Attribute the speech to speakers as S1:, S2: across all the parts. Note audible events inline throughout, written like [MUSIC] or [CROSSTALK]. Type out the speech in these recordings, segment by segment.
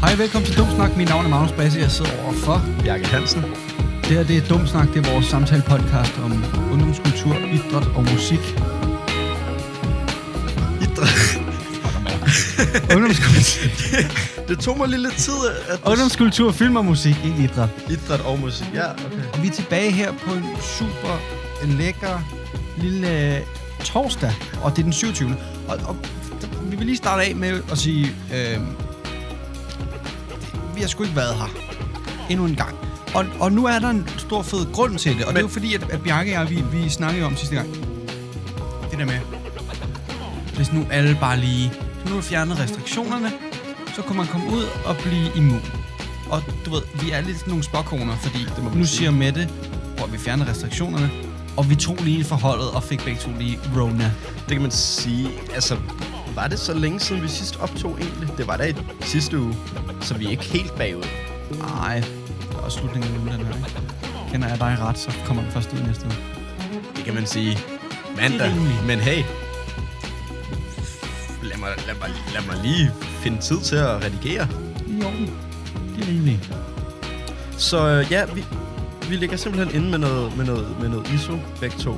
S1: Hej, velkommen til Dumsnak. Mit navn er Magnus Basse. Jeg sidder overfor.
S2: Bjarke Hansen.
S1: Det her det er Dumsnak. Det er vores samtale-podcast om ungdomskultur, idræt og musik. Ungdomskultur,
S2: Det tog mig lige lidt tid at
S1: ungdomskultur film og musik, ikke idræt.
S2: idræt og musik. Ja, okay.
S1: Vi er tilbage her på en super en lækker lille øh, torsdag, og det er den 27. Og, og d- vi vil lige starte af med at sige, øh, vi har sgu ikke været her endnu en gang. Og, og nu er der en stor fed grund til det, og Men, det er jo fordi, at, at Bjarke og jeg, vi, vi snakkede jo om sidste gang, det der med, hvis nu alle bare lige, så nu er fjernet restriktionerne, så kunne man komme ud og blive immun. Og du ved, vi er lidt sådan nogle spåkoner, fordi det må nu siger Mette, hvor vi fjerner restriktionerne, og vi tog lige for holdet og fik begge to lige Rona.
S2: Det kan man sige. Altså, var det så længe siden, vi sidst optog egentlig? Det var da i sidste uge, så vi er ikke helt bagud.
S1: Ej, det er også slutningen af ugen, den her, ikke? Kender jeg dig ret, så kommer den først ud næste uge.
S2: Det kan man sige.
S1: Det
S2: Mandag.
S1: er rimeligt.
S2: Men hey, lad mig, lad, mig, lad mig lige finde tid til at redigere.
S1: I orden. Det er rimeligt.
S2: Så øh, ja, vi, vi ligger simpelthen inde med noget, med noget, med noget ISO, begge to.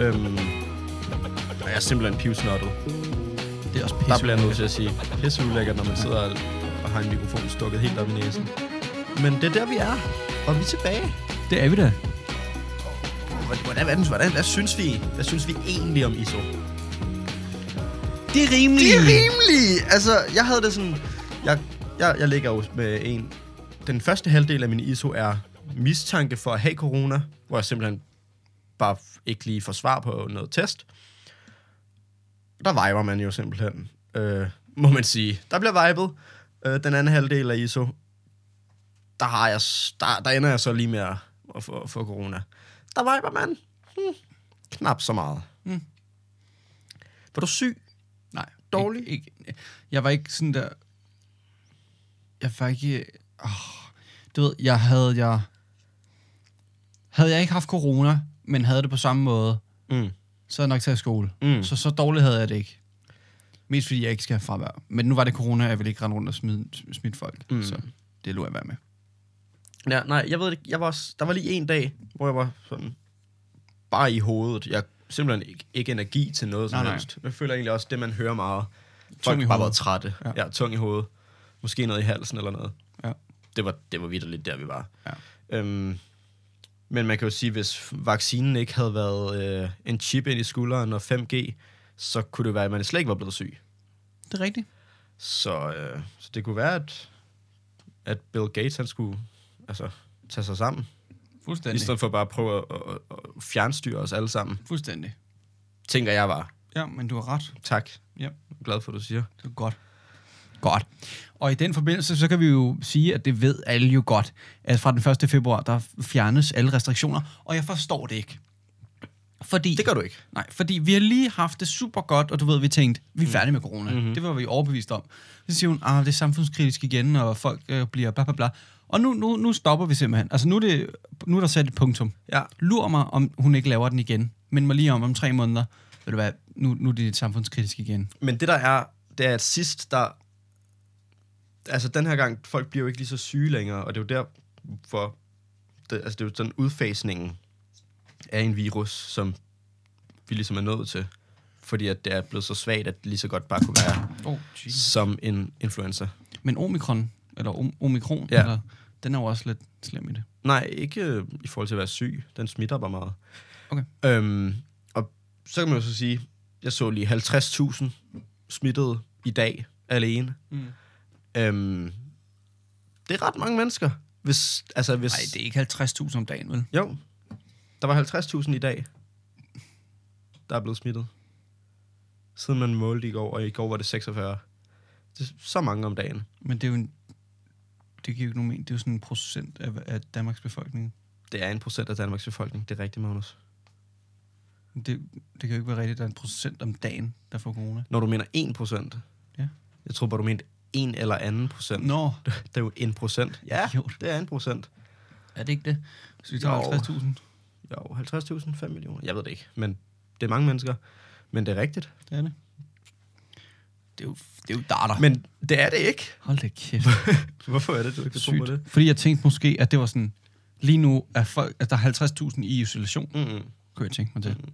S2: Øhm, og jeg er simpelthen pivsnottet.
S1: Det er også
S2: Der
S1: pisse.
S2: bliver jeg nødt til at sige, pisse ulækkert, når man sidder og har en mikrofon stukket helt op i næsen. Men det er der, vi er. Og vi er tilbage.
S1: Det er vi da.
S2: Hvordan, hvordan, hvordan, hvad synes vi? Hvad synes vi egentlig om ISO?
S1: Det er rimeligt.
S2: Det er rimeligt! Altså, jeg havde det sådan... Jeg, jeg, jeg ligger jo med en... Den første halvdel af min ISO er mistanke for at have corona, hvor jeg simpelthen bare f- ikke lige får svar på noget test. Der viber man jo simpelthen, øh, må man sige. Der bliver vibet. Øh, den anden halvdel af ISO, der, har jeg, s- der, der ender jeg så lige med at, at få, få corona. Der viber man hmm, knap så meget.
S1: Mm.
S2: Var du syg?
S1: Nej.
S2: Dårlig?
S1: Ikke, ikke. Jeg var ikke sådan der... Jeg var ikke... Oh, du ved, jeg havde jeg... Havde jeg ikke haft corona, men havde det på samme måde,
S2: Mm.
S1: så havde jeg nok taget i skole.
S2: Mm.
S1: Så så dårligt havde jeg det ikke. Mest fordi jeg ikke skal have fravær. Men nu var det corona, og jeg ville ikke rende rundt og smide, smide folk. Mm. Så det lå jeg være med.
S2: Ja, nej, jeg ved det ikke. Jeg var, også- der var lige en dag, hvor jeg var sådan bare i hovedet. Jeg har simpelthen ikke, ikke energi til noget som
S1: Nej, nej.
S2: helst. Jeg føler egentlig også, det man hører meget. Folk
S1: Tung i
S2: har bare
S1: hovedet.
S2: været trætte.
S1: Ja.
S2: Ja. ja. tung i hovedet. Måske noget i halsen eller noget.
S1: Ja.
S2: Det var, det var vidderligt der, vi var.
S1: Ja.
S2: Øhm, men man kan jo sige, hvis vaccinen ikke havde været øh, en chip ind i skulderen og 5G, så kunne det være, at man slet ikke var blevet syg.
S1: Det er rigtigt.
S2: Så, øh, så det kunne være, at, at Bill Gates han skulle altså, tage sig sammen. I
S1: Fuldstændig.
S2: stedet for bare at prøve at, at, at fjernstyre os alle sammen,
S1: Fuldstændig.
S2: tænker jeg bare.
S1: Ja, men du har ret.
S2: Tak.
S1: Ja.
S2: Glad for, at du siger.
S1: Det er godt. Godt. Og i den forbindelse, så kan vi jo sige, at det ved alle jo godt, at fra den 1. februar, der fjernes alle restriktioner, og jeg forstår det ikke. Fordi,
S2: Det gør du ikke.
S1: Nej, fordi vi har lige haft det super godt, og du ved, vi tænkte,
S2: Mm.
S1: vi er færdige med corona. Mm-hmm. Det var vi overbevist om. Så siger hun, ah, det er samfundskritisk igen, og folk øh, bliver bla bla bla. Og nu, nu, nu stopper vi simpelthen. Altså nu er, det, nu er der sat et punktum.
S2: Ja.
S1: Lur mig, om hun ikke laver den igen. Men mig lige om, om tre måneder, ved du hvad, nu, nu er det samfundskritisk igen.
S2: Men det der er, det er at sidst, der... Altså den her gang, folk bliver jo ikke lige så syge længere, og det er jo derfor... Det, altså det er jo sådan udfasningen af en virus, som vi ligesom er nået til. Fordi at det er blevet så svagt, at det lige så godt bare kunne være
S1: Oh,
S2: som en influenza.
S1: Men omikron, eller om, omikron, ja.
S2: Ja.
S1: eller, den er jo også lidt slem i det.
S2: Nej, ikke øh, i forhold til at være syg. Den smitter bare meget.
S1: Okay.
S2: Øhm, og så kan man jo så sige, jeg så lige 50.000 smittede i dag alene.
S1: Mm.
S2: Øhm, det er ret mange mennesker. Hvis, altså hvis,
S1: Nej, det er ikke 50.000 om dagen, vel?
S2: Jo, der var 50.000 i dag, der er blevet smittet. Siden man målte i går, og i går var det 46. Det er så mange om dagen.
S1: Men det er jo en, det giver jo ikke nogen mening. Det er jo sådan en procent af, af Danmarks befolkning.
S2: Det er en procent af Danmarks befolkning. Det er rigtigt, Magnus.
S1: Det, det kan jo ikke være rigtigt, at der er en procent om dagen, der får corona.
S2: Når du mener 1 procent.
S1: Ja.
S2: Jeg tror bare, du mente en eller anden procent.
S1: Nå,
S2: Det er jo en procent.
S1: [LAUGHS]
S2: Ja,
S1: Idiot.
S2: det er en procent.
S1: er det ikke det? Så vi tager
S2: Jo.
S1: 50.000.
S2: Jo, 50.000, 5 millioner. Jeg ved det ikke, men det er mange mennesker. Men det er rigtigt.
S1: Det er det. det er jo, det er jo darter. Men,
S2: Men det er det ikke.
S1: Hold da kæft. [LAUGHS]
S2: Hvorfor er det, du ikke kan tro på det?
S1: Sygt. Fordi jeg tænkte måske, at det var sådan... Lige nu er folk, at der er 50.000 i isolation,
S2: Mm-hmm.
S1: kunne jeg tænke mig til.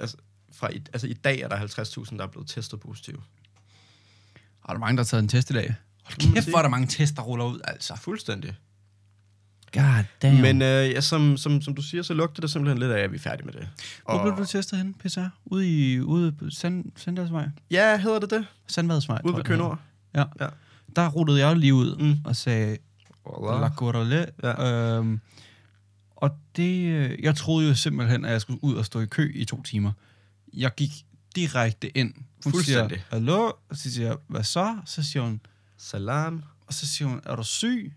S2: Altså, fra i, altså, i dag er der 50.000, der er blevet testet positive.
S1: Og der er mange, der har taget en test i dag. Hold kæft, hvor er der mange tests, der ruller ud, altså.
S2: Fuldstændig.
S1: God
S2: Ja.
S1: damn. Men,
S2: Men øh, ja, som, som, som du siger, så lugter det simpelthen lidt af, at vi er færdige med det.
S1: Hvor blev du testet henne, PSR? Ude i ude på Sand, Sandalsvej?
S2: Ja, hedder det det?
S1: Sandvadsvej,
S2: Ude
S1: tror
S2: ved
S1: jeg, det hedder.
S2: Kønord?
S1: Ja.
S2: Ja.
S1: ja. Der rullede jeg lige ud
S2: Mm.
S1: mm. og sagde, La Gordelais.
S2: Ja.
S1: Ja. Øhm, og det, øh, jeg troede jo simpelthen, at jeg skulle ud og stå i kø i to timer. Jeg gik direkte ind. Hun
S2: Fuldstændig.
S1: siger, hallo? Og så siger jeg, hvad så? Så siger hun,
S2: Salam.
S1: og så siger hun, er du syg?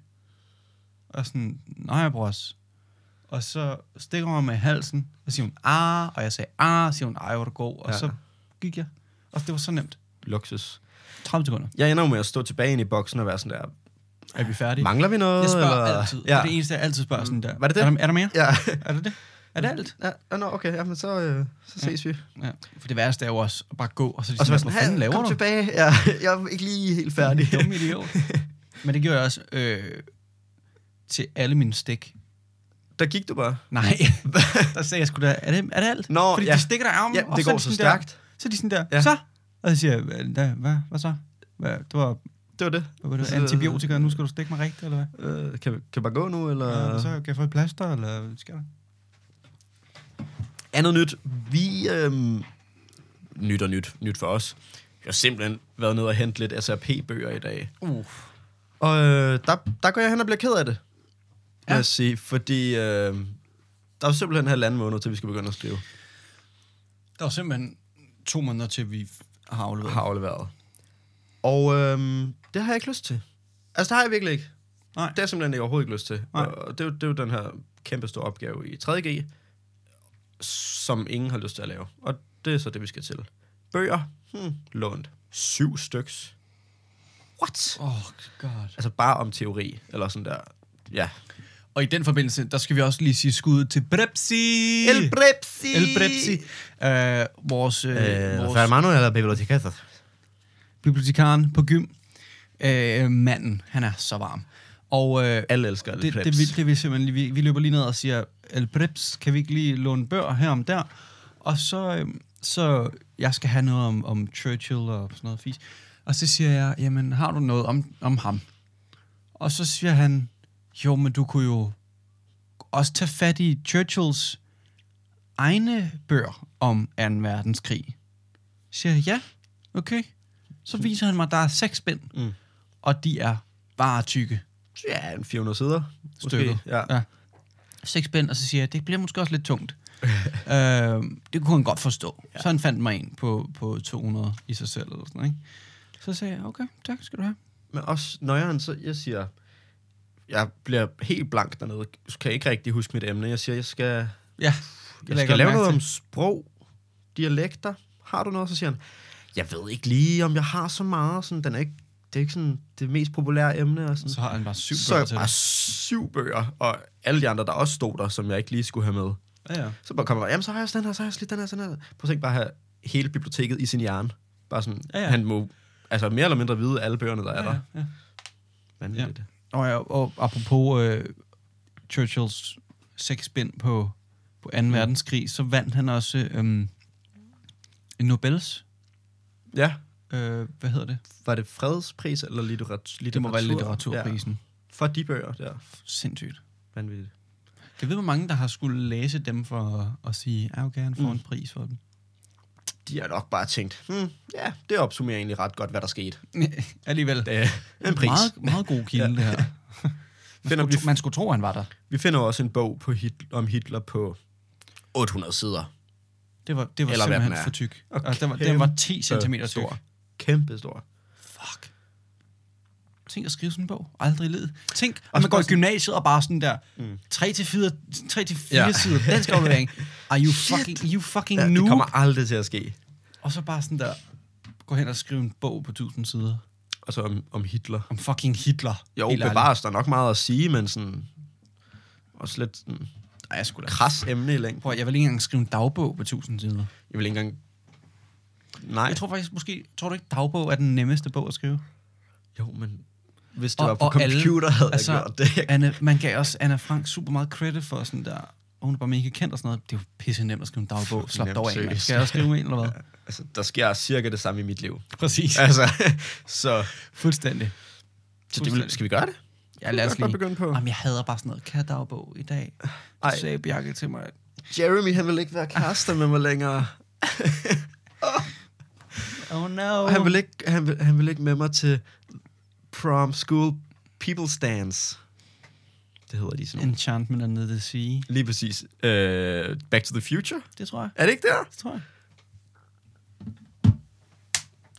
S1: Og jeg er sådan, nej, bros. Og så stikker hun mig med halsen, og siger hun, ah, og jeg sagde, ah, og siger hun, ej, hvor er du god. Og
S2: Ja.
S1: ja. så gik jeg. Og det var så nemt.
S2: Luksus.
S1: 30 sekunder.
S2: Jeg ender jo med at stå tilbage ind i boksen og være sådan der,
S1: Er vi færdige?
S2: mangler vi noget?
S1: jeg spørger
S2: eller?
S1: altid. Ja. Det
S2: Ja. Mm.
S1: er det eneste, jeg altid spørger sådan der.
S2: Var det det?
S1: Er der, er der mere?
S2: Ja.
S1: Er det det? Er det alt?
S2: Ja, ja, nå, okay, ja, men så, øh, så ses vi.
S1: Ja. For det værste er jo også at bare gå, og så,
S2: Og så var
S1: hvad
S2: jeg sådan,
S1: fanden
S2: hey,
S1: laver
S2: kom
S1: du?
S2: tilbage. Ja, jeg er ikke lige helt færdig.
S1: Din [LAUGHS] Dumme
S2: [LAUGHS]
S1: idiot. Men det gjorde jeg også øh, til alle mine stik.
S2: Der gik du bare. [LAUGHS]
S1: Nej, der sagde jeg sgu da, er det, er det alt?
S2: Nå,
S1: Fordi
S2: ja.
S1: de stikker dig armen,
S2: Ja,
S1: og
S2: det
S1: er
S2: går
S1: de
S2: så
S1: sådan der-
S2: stærkt.
S1: Så er de sådan der,
S2: Ja.
S1: ja. så? Og så siger jeg, hvad, hvad, hvad, hvad så? Hvad, det var,
S2: Det var det.
S1: hvad var det,
S2: Så-
S1: antibiotika, og nu skal du stikke mig rigtigt, eller hvad?
S2: Øh, kan, kan bare gå nu, eller...
S1: Ja, så kan jeg få et plaster, eller hvad skal der?
S2: Andet nyt. Vi, øhm, nyt og nyt, nyt for os. Jeg har simpelthen været nede og hente lidt SRP-bøger i dag.
S1: Uh.
S2: Og øh, der, der går jeg hen og bliver ked af det. Ja. Lad
S1: Ja.
S2: os sige, fordi øh, der er simpelthen halvanden måned, til vi skal begynde at skrive.
S1: Der var simpelthen to måneder til, vi har afleveret.
S2: Har afleveret. Og øh, det har jeg ikke lyst til. Altså, det har jeg virkelig ikke.
S1: Nej.
S2: Det har jeg simpelthen ikke overhovedet ikke lyst til.
S1: Nej.
S2: Og det, er jo- det er jo den her kæmpe store opgave i 3.G, som ingen har lyst til at lave. Og det er så det, vi skal til. Bøger. Hmm, lånt. Syv styks. What?
S1: Åh, oh, god.
S2: Altså bare om teori, eller sådan der. Ja.
S1: Og i den forbindelse, der skal vi også lige sige skud til Brepsi.
S2: El Brepsi!
S1: El Brepsi. Øh, vores øh, vores
S2: Manu eller bibliotekater?
S1: bibliotekaren på gym. Øh, manden, han er så varm. Og øh,
S2: Alle elsker El
S1: det,
S2: Breps.
S1: det, vi, det vi simpelthen lige, vi, vi løber lige ned og siger, El Breps, kan vi ikke lige låne bøger her om der? Og så, øh, så jeg skal have noget om, om Churchill og sådan noget fis. Og så siger jeg, jamen har du noget om, om ham? Og så siger han, jo, men du kunne jo også tage fat i Churchills egne bøger om 2. verdenskrig. Så siger jeg, ja, okay. Så viser han mig, at der er seks bind,
S2: Mm.
S1: mm. og de er bare tykke
S2: Ja, en 400 sider. måske.
S1: stykket.
S2: Ja.
S1: ja. Seks bind, og så siger jeg, det bliver måske også lidt [LAUGHS] tungt. øhm, det kunne han godt forstå. Ja. Så han fandt mig en på, på 200 i sig selv. Eller sådan, ikke? Så sagde jeg, okay, tak skal du have.
S2: Men også nøjeren, så jeg siger, jeg bliver helt blank dernede, kan ikke rigtig huske mit emne. Jeg siger, jeg skal,
S1: Ja,
S2: jeg
S1: lagde
S2: skal
S1: godt
S2: lave
S1: mærke
S2: noget
S1: til.
S2: om sprog, dialekter. Har du noget? Så siger han, jeg ved ikke lige, om jeg har så meget. Sådan, den er ikke, det er ikke sådan det mest populære emne. Og sådan.
S1: Så har han bare syv
S2: så
S1: bøger
S2: jeg
S1: til
S2: bare
S1: dig.
S2: syv bøger, og alle de andre, der også stod der, som jeg ikke lige skulle have med.
S1: Ja, ja.
S2: Så bare kommer jeg, jamen så har jeg også den her, så har jeg også lige den her, sådan her. Prøv at tænke bare at have hele biblioteket i sin hjerne. Bare sådan, ja,
S1: Ja,
S2: ja.
S1: ja.
S2: han må altså mere eller mindre vide alle bøgerne, der er
S1: ja,
S2: der.
S1: ja, ja.
S2: Vanvittigt.
S1: Og, jeg, og apropos øh, Churchills seks bind på, på 2. Mm. verdenskrig, så vandt han også øhm, en Nobels,
S2: Ja. ja.
S1: øh, hvad hedder det?
S2: Var det fredspris eller litteratur?
S1: Det må være
S2: Ja.
S1: litteraturprisen. Ja.
S2: For de bøger, ja.
S1: Sindssygt.
S2: Vanvittigt.
S1: Jeg ved, hvor mange, der har skulle læse dem for at, at sige, ja, okay, han får
S2: Mm.
S1: mm. en pris for
S2: [LAUGHS]
S1: den.
S2: De har nok bare tænkt, hmm, ja, det opsummerer egentlig ret godt, hvad der skete.
S1: Alligevel. Det
S2: En pris. Meget.
S1: Meget, meget god kilde, ja. det her.
S2: [LAUGHS]
S1: Man
S2: Finder
S1: skulle,
S2: vi-
S1: tro, man skulle tro, han var der.
S2: Vi finder jo også en bog på Hitler, om Hitler på 800 sider.
S1: Det var, det var
S2: Eller hvad
S1: simpelthen
S2: den er.
S1: for tyk.
S2: Og
S1: Altså, den, var, den var 10 cm
S2: Øh,
S1: tyk.
S2: stor. Kæmpe stor.
S1: Fuck. Tænk at skrive sådan en bog. Aldrig i livet. Tænk,
S2: Og
S1: at
S2: så
S1: man går
S2: bare
S1: i
S2: sådan-
S1: gymnasiet og bare sådan der,
S2: Mm.
S1: 3-4 tre til
S2: Ja.
S1: fire sider dansk
S2: [LAUGHS]
S1: aflevering. Are you fucking, you fucking
S2: Ja,
S1: ja,
S2: det
S1: noob?
S2: kommer aldrig til at ske.
S1: Og så bare sådan der, gå hen og skrive en bog på 1000 sider.
S2: Og så om, om Hitler.
S1: Om fucking Hitler.
S2: Jo,
S1: Helt ærligt.
S2: bevares, der er nok meget at sige, men sådan... Også lidt sådan,
S1: Ej, jeg skulle da
S2: kras emne i længden.
S1: Prøv, at- jeg vil ikke engang skrive en dagbog på 1000 sider.
S2: Jeg vil ikke engang... Nej.
S1: Jeg tror faktisk, måske, tror du ikke, dagbog er den nemmeste bog at skrive?
S2: Jo, men hvis det
S1: Og-
S2: var på
S1: og alle-
S2: computer, havde
S1: altså,
S2: jeg gjort det. Jeg
S1: Anne, man gav også Anna Frank super meget credit for sådan der, og hun er bare mega kendt og sådan noget. Det er jo pisse nemt at skrive en dagbog.
S2: Fucking
S1: Slap dig
S2: nemt,
S1: over af, mand.
S2: seriøst.
S1: Skal jeg også skrive en eller hvad?
S2: Altså, der sker cirka det samme i mit liv.
S1: Præcis.
S2: Altså, [LAUGHS] så,
S1: Fuldstændig.
S2: så det vil, skal vi gøre det?
S1: Ja, lad
S2: kan
S1: os
S2: godt
S1: lige.
S2: begynde på.
S1: Jamen, jeg hader bare sådan noget. Kan jeg dagbog i dag?
S2: Ej.
S1: Så sagde Bjarke til mig, at
S2: Jeremy, han vil ikke være kærester med mig længere.
S1: oh no.
S2: Og han vil ikke, han vil, han vil ikke med mig til prom school people's dance. Det hedder de sådan nogle.
S1: Enchantment and the Sea.
S2: Lige præcis. Uh, Back to the Future?
S1: Det tror jeg.
S2: Er det ikke der?
S1: Det tror jeg.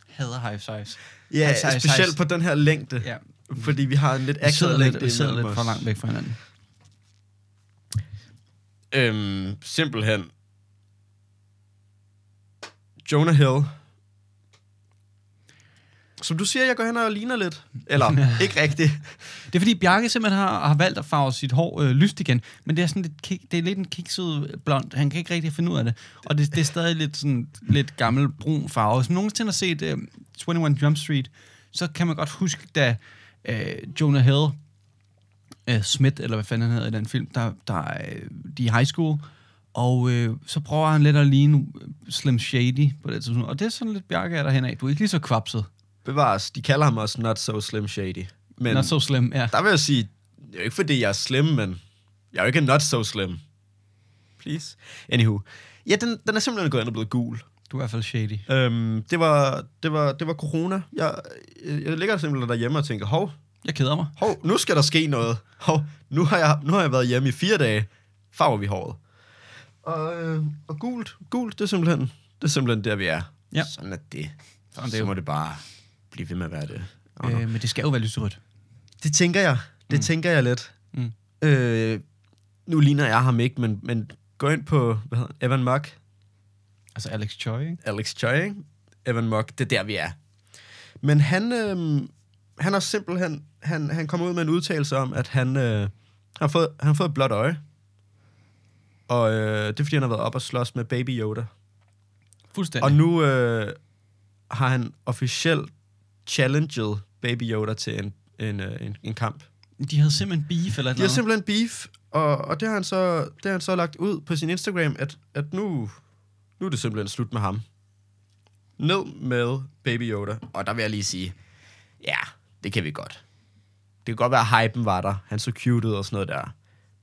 S1: Hader high fives.
S2: Ja,
S1: Hej, hej, hej.
S2: yeah, Altså, specielt på den her længde.
S1: altså, Ja.
S2: Fordi vi har en lidt
S1: Vi sidder
S2: akavet
S1: lidt,
S2: længde
S1: vi sidder
S2: imellem
S1: lidt
S2: os.
S1: for langt væk fra hinanden.
S2: Øhm, simpelthen. Jonah Hill. Som du siger, jeg går hen og ligner lidt. Eller,
S1: [LAUGHS]
S2: ikke rigtigt.
S1: Det er fordi, Bjarke simpelthen har, har valgt at farve sit hår øh, lyst igen, men det er sådan lidt, kik, det er lidt en kikset blond. Han kan ikke rigtig finde ud af det. Og det, det er stadig lidt, sådan, lidt gammel brun farve. Hvis man nogensinde har set øh, 21 Jump Street, så kan man godt huske, da øh, Jonah Hill, øh, Smith, eller hvad fanden han hedder i den film, der, der er, øh, de er i high school, og øh, så prøver han lidt at ligne øh, Slim Shady på det tidspunkt. Og det er sådan lidt, Bjarke er derhen af. Du er ikke lige så kvapset.
S2: Bevares, de kalder ham også Not So Slim Shady. Men
S1: Men, Not so slim, ja.
S2: der vil jeg sige, det er jo ikke fordi, jeg er slim, men jeg er jo ikke not so slim. Please. Anywho. Ja, den, den er simpelthen gået ind og blevet gul.
S1: Du er i hvert fald shady.
S2: Øhm, det, var, det, var, det var corona. Jeg, jeg ligger simpelthen derhjemme og tænker, hov,
S1: Jeg keder mig.
S2: hov, nu skal der ske noget. Hov, nu har jeg, nu har jeg været hjemme i fire dage. Farver vi håret. Og, øh, og gult, gult, det er simpelthen, det er simpelthen der, vi er.
S1: Ja.
S2: Sådan er det.
S1: Sådan er det
S2: Så
S1: jo.
S2: må det bare blive ved med at være det. Oh,
S1: Øh, men det skal jo være lyserødt.
S2: Det tænker jeg. Det mm. tænker jeg lidt.
S1: Mm.
S2: Mm. Øh, nu ligner jeg ham ikke, men, men gå ind på hvad hedder, han? Evan Mock,
S1: Altså Alex Choi, ikke?
S2: Alex Choi, ikke? Evan Mock, det er der, vi er. Men han, øh, han har simpelthen, han, han kom ud med en udtalelse om, at han, øh, han, har, fået, han har fået et blåt øje. Og øh, det er, fordi han har været op og slås med Baby Yoda. Og
S1: Fuldstændig.
S2: nu øh, har han officielt challenged Baby Yoda til en, en, øh, en, en kamp.
S1: Og de havde simpelthen beef eller
S2: De har
S1: noget.
S2: simpelthen beef, og, og det, har han så, det har han så lagt ud på sin Instagram, at, at nu, nu er det simpelthen slut med ham. Ned med Baby Yoda. Og der vil jeg lige sige, ja, det kan vi godt. Det kan godt være, at hypen var der. Han så cute ud og sådan noget der.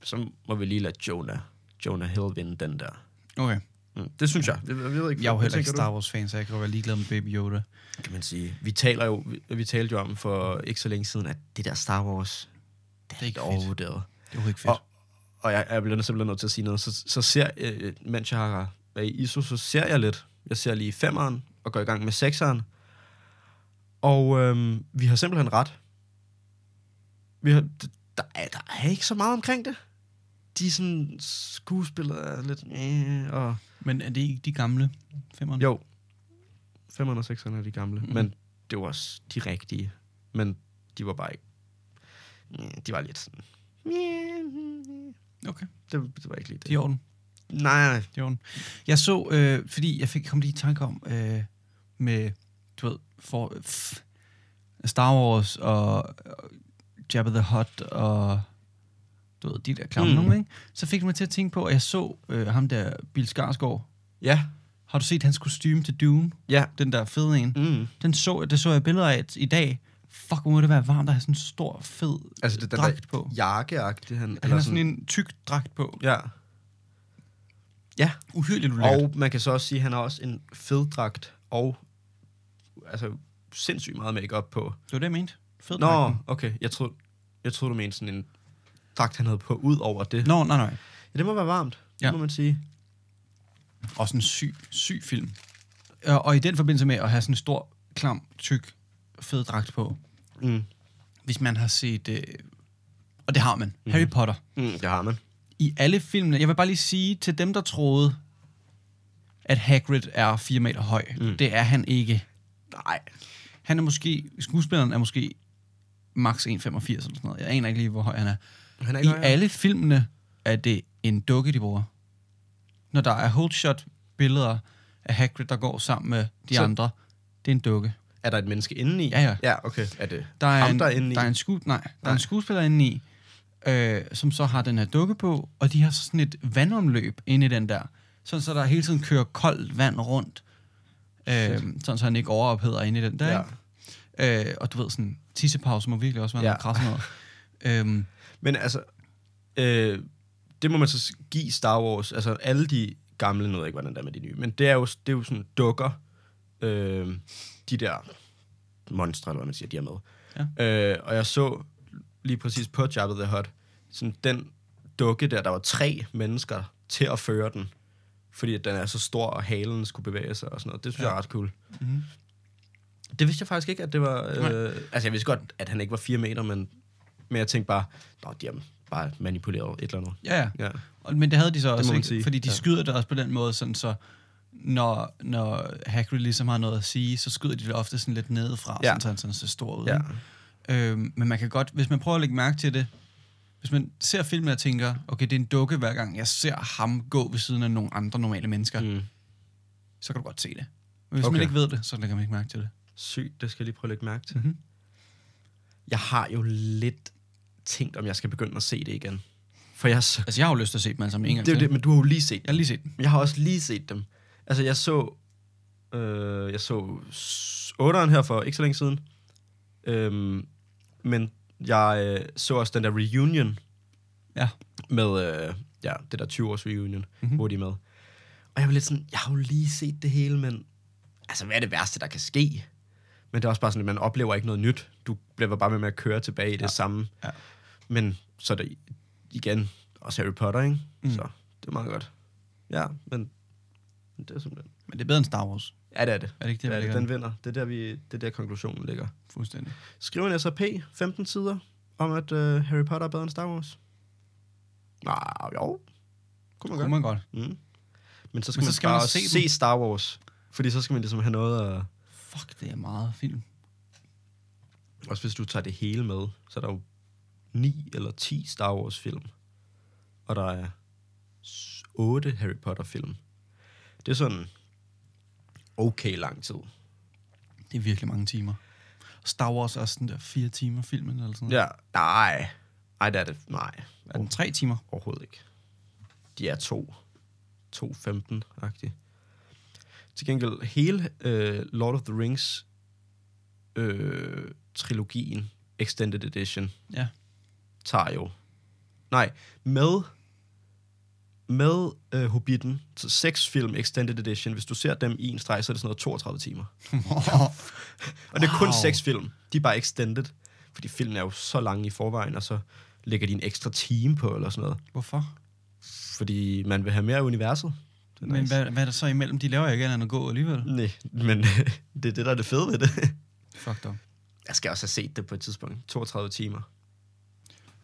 S2: Så må vi lige lade Jonah, Jonah Hill vinde den der.
S1: Okay.
S2: Mm, det synes jeg. Jeg, jeg ved ikke,
S1: Jeg er jo
S2: hvad
S1: heller ikke
S2: tænker du?
S1: Star Wars-fan, så jeg kan jo være ligeglad med Baby Yoda.
S2: kan man sige. Vi, taler jo, vi, vi talte jo om for ikke så længe siden, at det der Star Wars, det er,
S1: er ikke
S2: ikke
S1: fedt.
S2: overvurderet.
S1: Det var ikke fedt.
S2: Og, og jeg, jeg bliver simpelthen nødt til at sige noget. Så, så ser jeg, mens jeg har været i ISO, så ser jeg lidt. Jeg ser lige femeren og går i gang med sekseren. Og øhm, vi har simpelthen ret. Vi har, d- der, er, der er ikke så meget omkring det. De er sådan skuespillere er lidt... Øh, og,
S1: Men er det ikke de gamle? Femmeren?
S2: jo, femeren og sekseren er de gamle. Mm. Men det var også de rigtige. Men de var bare ikke... Øh, de var lidt sådan...
S1: Okay.
S2: Det, det var ikke lige det.
S1: De er i orden.
S2: Nej, nej.
S1: De er i orden. Jeg så, øh, fordi jeg fik kom lige i tanke om, øh, med, du ved, for, f- Star Wars og, og Jabba the Hutt og du ved, de der klamme
S2: Mm.
S1: mm. nogen, ikke? Så fik det mig til at tænke på, at jeg så øh, ham der, Bill Skarsgård.
S2: Ja,
S1: Har du set hans kostume til Dune?
S2: ja.
S1: Den der fede en.
S2: Mm.
S1: Den så, jeg- det så jeg billeder af i dag. Fuck, hvor må det være varmt at have sådan en stor, fed
S2: Altså, det er den
S1: dragt
S2: der
S1: på.
S2: jakkeagtig. Han,
S1: Han har sådan en tyk dragt på.
S2: Ja. Ja,
S1: Uhyrligt ulækkert.
S2: og man kan så også sige, at han har også en fed dragt og altså, sindssygt meget makeup på.
S1: Det var det, jeg mente. Fed
S2: Nå,
S1: dragten.
S2: okay. Jeg troede, jeg troede, du mente sådan en dragt, han havde på ud over det.
S1: Nå, nej, nej.
S2: Ja, det må være varmt,
S1: Ja.
S2: ja. må man sige.
S1: Også en syg, syg film. Og, og i den forbindelse med at have sådan en stor, klam, tyk, fed dragt på.
S2: Mm.
S1: Hvis man har set... Øh, og det har man. Mm. Harry Potter.
S2: Mm. Det har man.
S1: I alle filmene... Jeg vil bare lige sige til dem, der troede, at Hagrid er 4 meter høj. Mm. Det er han ikke.
S2: Nej.
S1: Han er måske, skuespilleren er måske max 1,85 eller sådan noget. Jeg aner ikke lige, hvor høj han er.
S2: Han er
S1: I
S2: ikke højere.
S1: alle filmene er det en dukke, de bruger. Når der er holdshot billeder af Hagrid, der går sammen med de
S2: Så-
S1: så. andre. Det er en dukke.
S2: Er der et menneske inde i?
S1: Ja, ja.
S2: Ja, okay. Er det
S1: Der er
S2: ham,
S1: en,
S2: der er inde i?
S1: der er en, sku, nej, der
S2: Nej.
S1: Er en skuespiller inde i, øh, som så har den her dukke på, og de har så sådan et vandomløb inde i den der. Sådan så der hele tiden kører koldt vand rundt. Øh, sådan så han ikke overopheder inde i den der,
S2: Ja.
S1: ja. ikke? Øh, og du ved, sådan tissepause må virkelig også være
S2: Ja.
S1: ja. noget krasse
S2: [LAUGHS]
S1: noget. øhm,
S2: Men altså, øh, det må man så s- give Star Wars. Altså, alle de gamle, nu ved jeg ikke, hvordan det er med de nye, men det er jo, det er jo sådan dukker, øh, de der monstre, eller hvad man siger, de er med. Ja. Øh, og jeg så lige præcis på Jabba the Hutt, sådan den dukke der, der var tre mennesker til at føre den, fordi at den er så stor, og halen skulle bevæge sig og sådan noget. Det synes ja. jeg er ret cool.
S1: Mhm.
S2: Det vidste jeg faktisk ikke, at det var...
S1: Nej.
S2: Øh, altså, jeg vidste godt, at han ikke var 4 meter, men, men jeg tænkte bare, nå, de har bare manipuleret et eller andet.
S1: ja, ja.
S2: Ja.
S1: Og- Men det havde de så også,
S2: man
S1: ikke?
S2: sige,
S1: fordi de
S2: ja.
S1: skyder det også på den måde, sådan så når, når Hagrid ligesom har noget at sige, så skyder de det ofte sådan lidt nedefra,
S2: Ja.
S1: ja. sådan, så han sådan ser stor ud.
S2: Ja.
S1: ikke? Øhm, men man kan godt, hvis man prøver at lægge mærke til det, hvis man ser filmen og tænker, okay, det er en dukke hver gang, jeg ser ham gå ved siden af nogle andre normale mennesker, mm.
S2: Mm.
S1: så kan du godt se det. Men hvis okay.
S2: Okay.
S1: man ikke ved det, så lægger man ikke mærke til det.
S2: Sygt, det skal jeg lige prøve at lægge mærke til.
S1: Mhm.
S2: Jeg har jo lidt tænkt, om jeg skal begynde at se det igen. For jeg har så...
S1: Altså, jeg har jo lyst til at se dem alle sammen en gang
S2: Det er jo
S1: til.
S2: det, men du har jo lige set
S1: Jeg har lige set den.
S2: Jeg har også lige set dem. Altså, jeg så... Øh, jeg så s- otteren her for ikke så længe siden. Øhm, men jeg øh, så også den der reunion
S1: Ja.
S2: med... Øh, ja, det der 20-års reunion, mm-hmm.
S1: Mhm.
S2: hvor de er med. Og jeg var lidt sådan, jeg har jo lige set det hele, men... Altså, hvad er det værste, der kan ske? Men det er også bare sådan, at man oplever ikke noget nyt. Du bliver bare med med at køre tilbage i det ja. samme.
S1: Ja.
S2: Men så er det igen også Harry Potter, ikke? Mm.
S1: Mm.
S2: Så det er meget godt. Ja, men men det er simpelthen...
S1: Men det er bedre end Star Wars.
S2: Ja, det er det.
S1: Er det ikke det,
S2: det,
S1: der
S2: er det.
S1: ligger
S2: Den vinder. Det er, der, vi, det er der, konklusionen ligger.
S1: Fuldstændig.
S2: Skriv en SRP, 15 sider, om at uh, Harry Potter er bedre end Star Wars. Nej, Ah, jo. Kunne man
S1: Kunne
S2: godt.
S1: man godt.
S2: Mm. Men så skal,
S1: Men så
S2: man,
S1: skal
S2: bare
S1: man
S2: også
S1: se
S2: se, se Star Wars. Fordi så skal man ligesom have noget at...
S1: Fuck, det er meget film.
S2: Også hvis du tager det hele med, så er der jo 9 eller 10 Star Wars-film. Og der er 8 Harry Potter-film. Det er sådan okay lang tid.
S1: Det er virkelig mange timer. Star Wars er også sådan der fire timer filmen eller sådan noget.
S2: Ja, nej. Ej, det er det. Nej,
S1: Er den tre [LAUGHS] timer?
S2: overhovedet ikke. De er to. 2.15-agtige. Til gengæld, hele øh, Lord of the Rings øh, trilogien, Extended Edition,
S1: Ja.
S2: tager jo... Nej, med med øh, Hobbiten, så seks film Extended Edition, hvis du ser dem i en streg, så er det sådan noget 32 timer. Og det er kun
S1: Wow.
S2: seks film. De er bare extended. Fordi filmen er jo så lang i forvejen, og så lægger de en ekstra time på, eller sådan noget.
S1: Hvorfor?
S2: Fordi man vil have mere af universet. Det er
S1: Men
S2: nice.
S1: hvad, hvad er der så imellem? De laver jo ikke andet end at gå alligevel.
S2: Nej, men [LAUGHS] det er det, der er det fede ved det. [LAUGHS]
S1: Fuck dog.
S2: Jeg skal også have set det på et tidspunkt. 32 timer.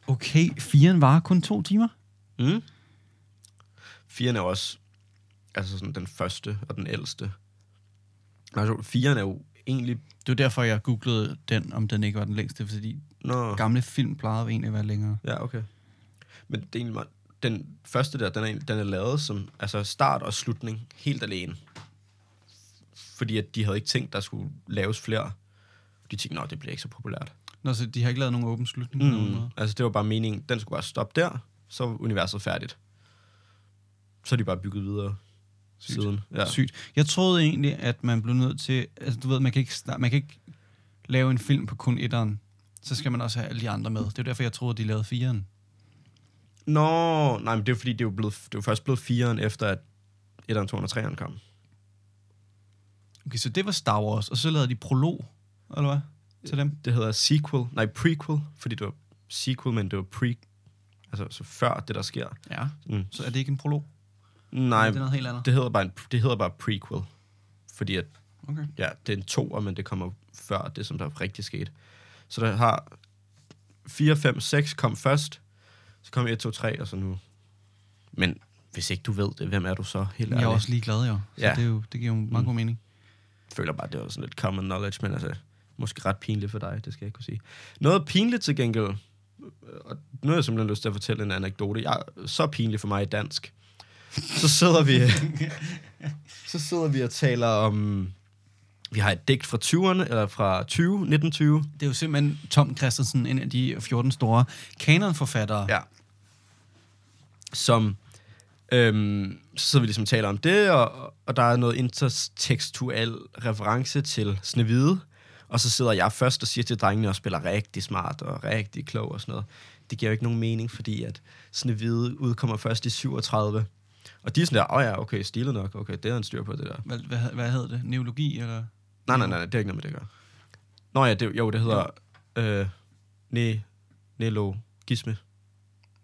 S1: Okay, firen var kun to timer?
S2: Mm. Firen er jo også altså sådan den første og den ældste. Altså, firen er jo egentlig...
S1: Det var derfor, jeg googlede den, om den ikke var den længste, fordi
S2: Nå,
S1: gamle film plejede egentlig at være længere.
S2: Ja, okay. Men det er egentlig meget, den første der, den er, egentlig- den er lavet som altså start og slutning helt alene. Fordi at de havde ikke tænkt, der skulle laves flere. De tænkte, nej, det bliver ikke så populært.
S1: Nå, så de har ikke lavet nogen åben slutning? Mm.
S2: Mm.
S1: Noget.
S2: Altså, det var bare meningen, den skulle bare stoppe der, så var universet færdigt. Så er de bare bygget videre Sygt.
S1: Sygt.
S2: siden. Ja.
S1: Ja. Sygt. Jeg troede egentlig, at man blev nødt til... Altså, du ved, man kan ikke, start, man kan ikke lave en film på kun etteren. Så skal man også have alle de andre med. Det er jo derfor, jeg troede, de lavede firen.
S2: Nå, nej, men det er jo fordi, det er jo, blevet, det er jo først blevet firen, efter at 1'eren, 2'eren og 3'eren kom.
S1: Okay, så det var Star Wars, og så lavede de prolog, eller hvad? Til dem?
S2: det hedder sequel, nej prequel, fordi det var sequel, men det var pre, altså så før det der sker.
S1: Ja.
S2: Mm.
S1: Så er det ikke en prolog?
S2: Nej,
S1: Det er noget helt andet.
S2: det hedder bare en, det hedder bare prequel, fordi at,
S1: Okay.
S2: ja, det er en toer, men det kommer før det, som der rigtig skete. Så der har 4, 5, 6 kom først, så kom 1, 2, 3, og så nu. Men hvis ikke du ved det, hvem er du så? Helt
S1: Jeg er
S2: ærligt.
S1: også lige glad, jo. Så
S2: Ja. Mm.
S1: ja. det, er jo, det giver jo meget god mening.
S2: føler bare, det var sådan lidt common knowledge, men altså, måske ret pinligt for dig, det skal jeg ikke kunne sige. Noget pinligt til gengæld, øh, og nu har jeg simpelthen lyst til at fortælle en anekdote, jeg er så pinlig for mig i dansk. Så sidder vi, så sidder vi og taler om... Vi har et digt fra 20'erne, eller fra 20, 1920.
S1: Det er jo simpelthen Tom Christensen, en af de 14 store kanonforfattere.
S2: Ja. Som... Øhm, så sidder vi ligesom og taler om det, og, og der er noget intertekstuel reference til Snevide. Og så sidder jeg først og siger til drengene og spiller rigtig smart og rigtig klog og sådan noget. Det giver jo ikke nogen mening, fordi at Snevide udkommer først i 37. Og de er sådan der, åh oh ja, okay, stilet nok, okay, det er en styr på det der.
S1: Hvad, hvad, hvad hedder det? Neologi, eller?
S2: Nej, nej, nej, nej, det er ikke noget med det at gøre. Nå ja, det, jo, det hedder øh, ne, neologisme.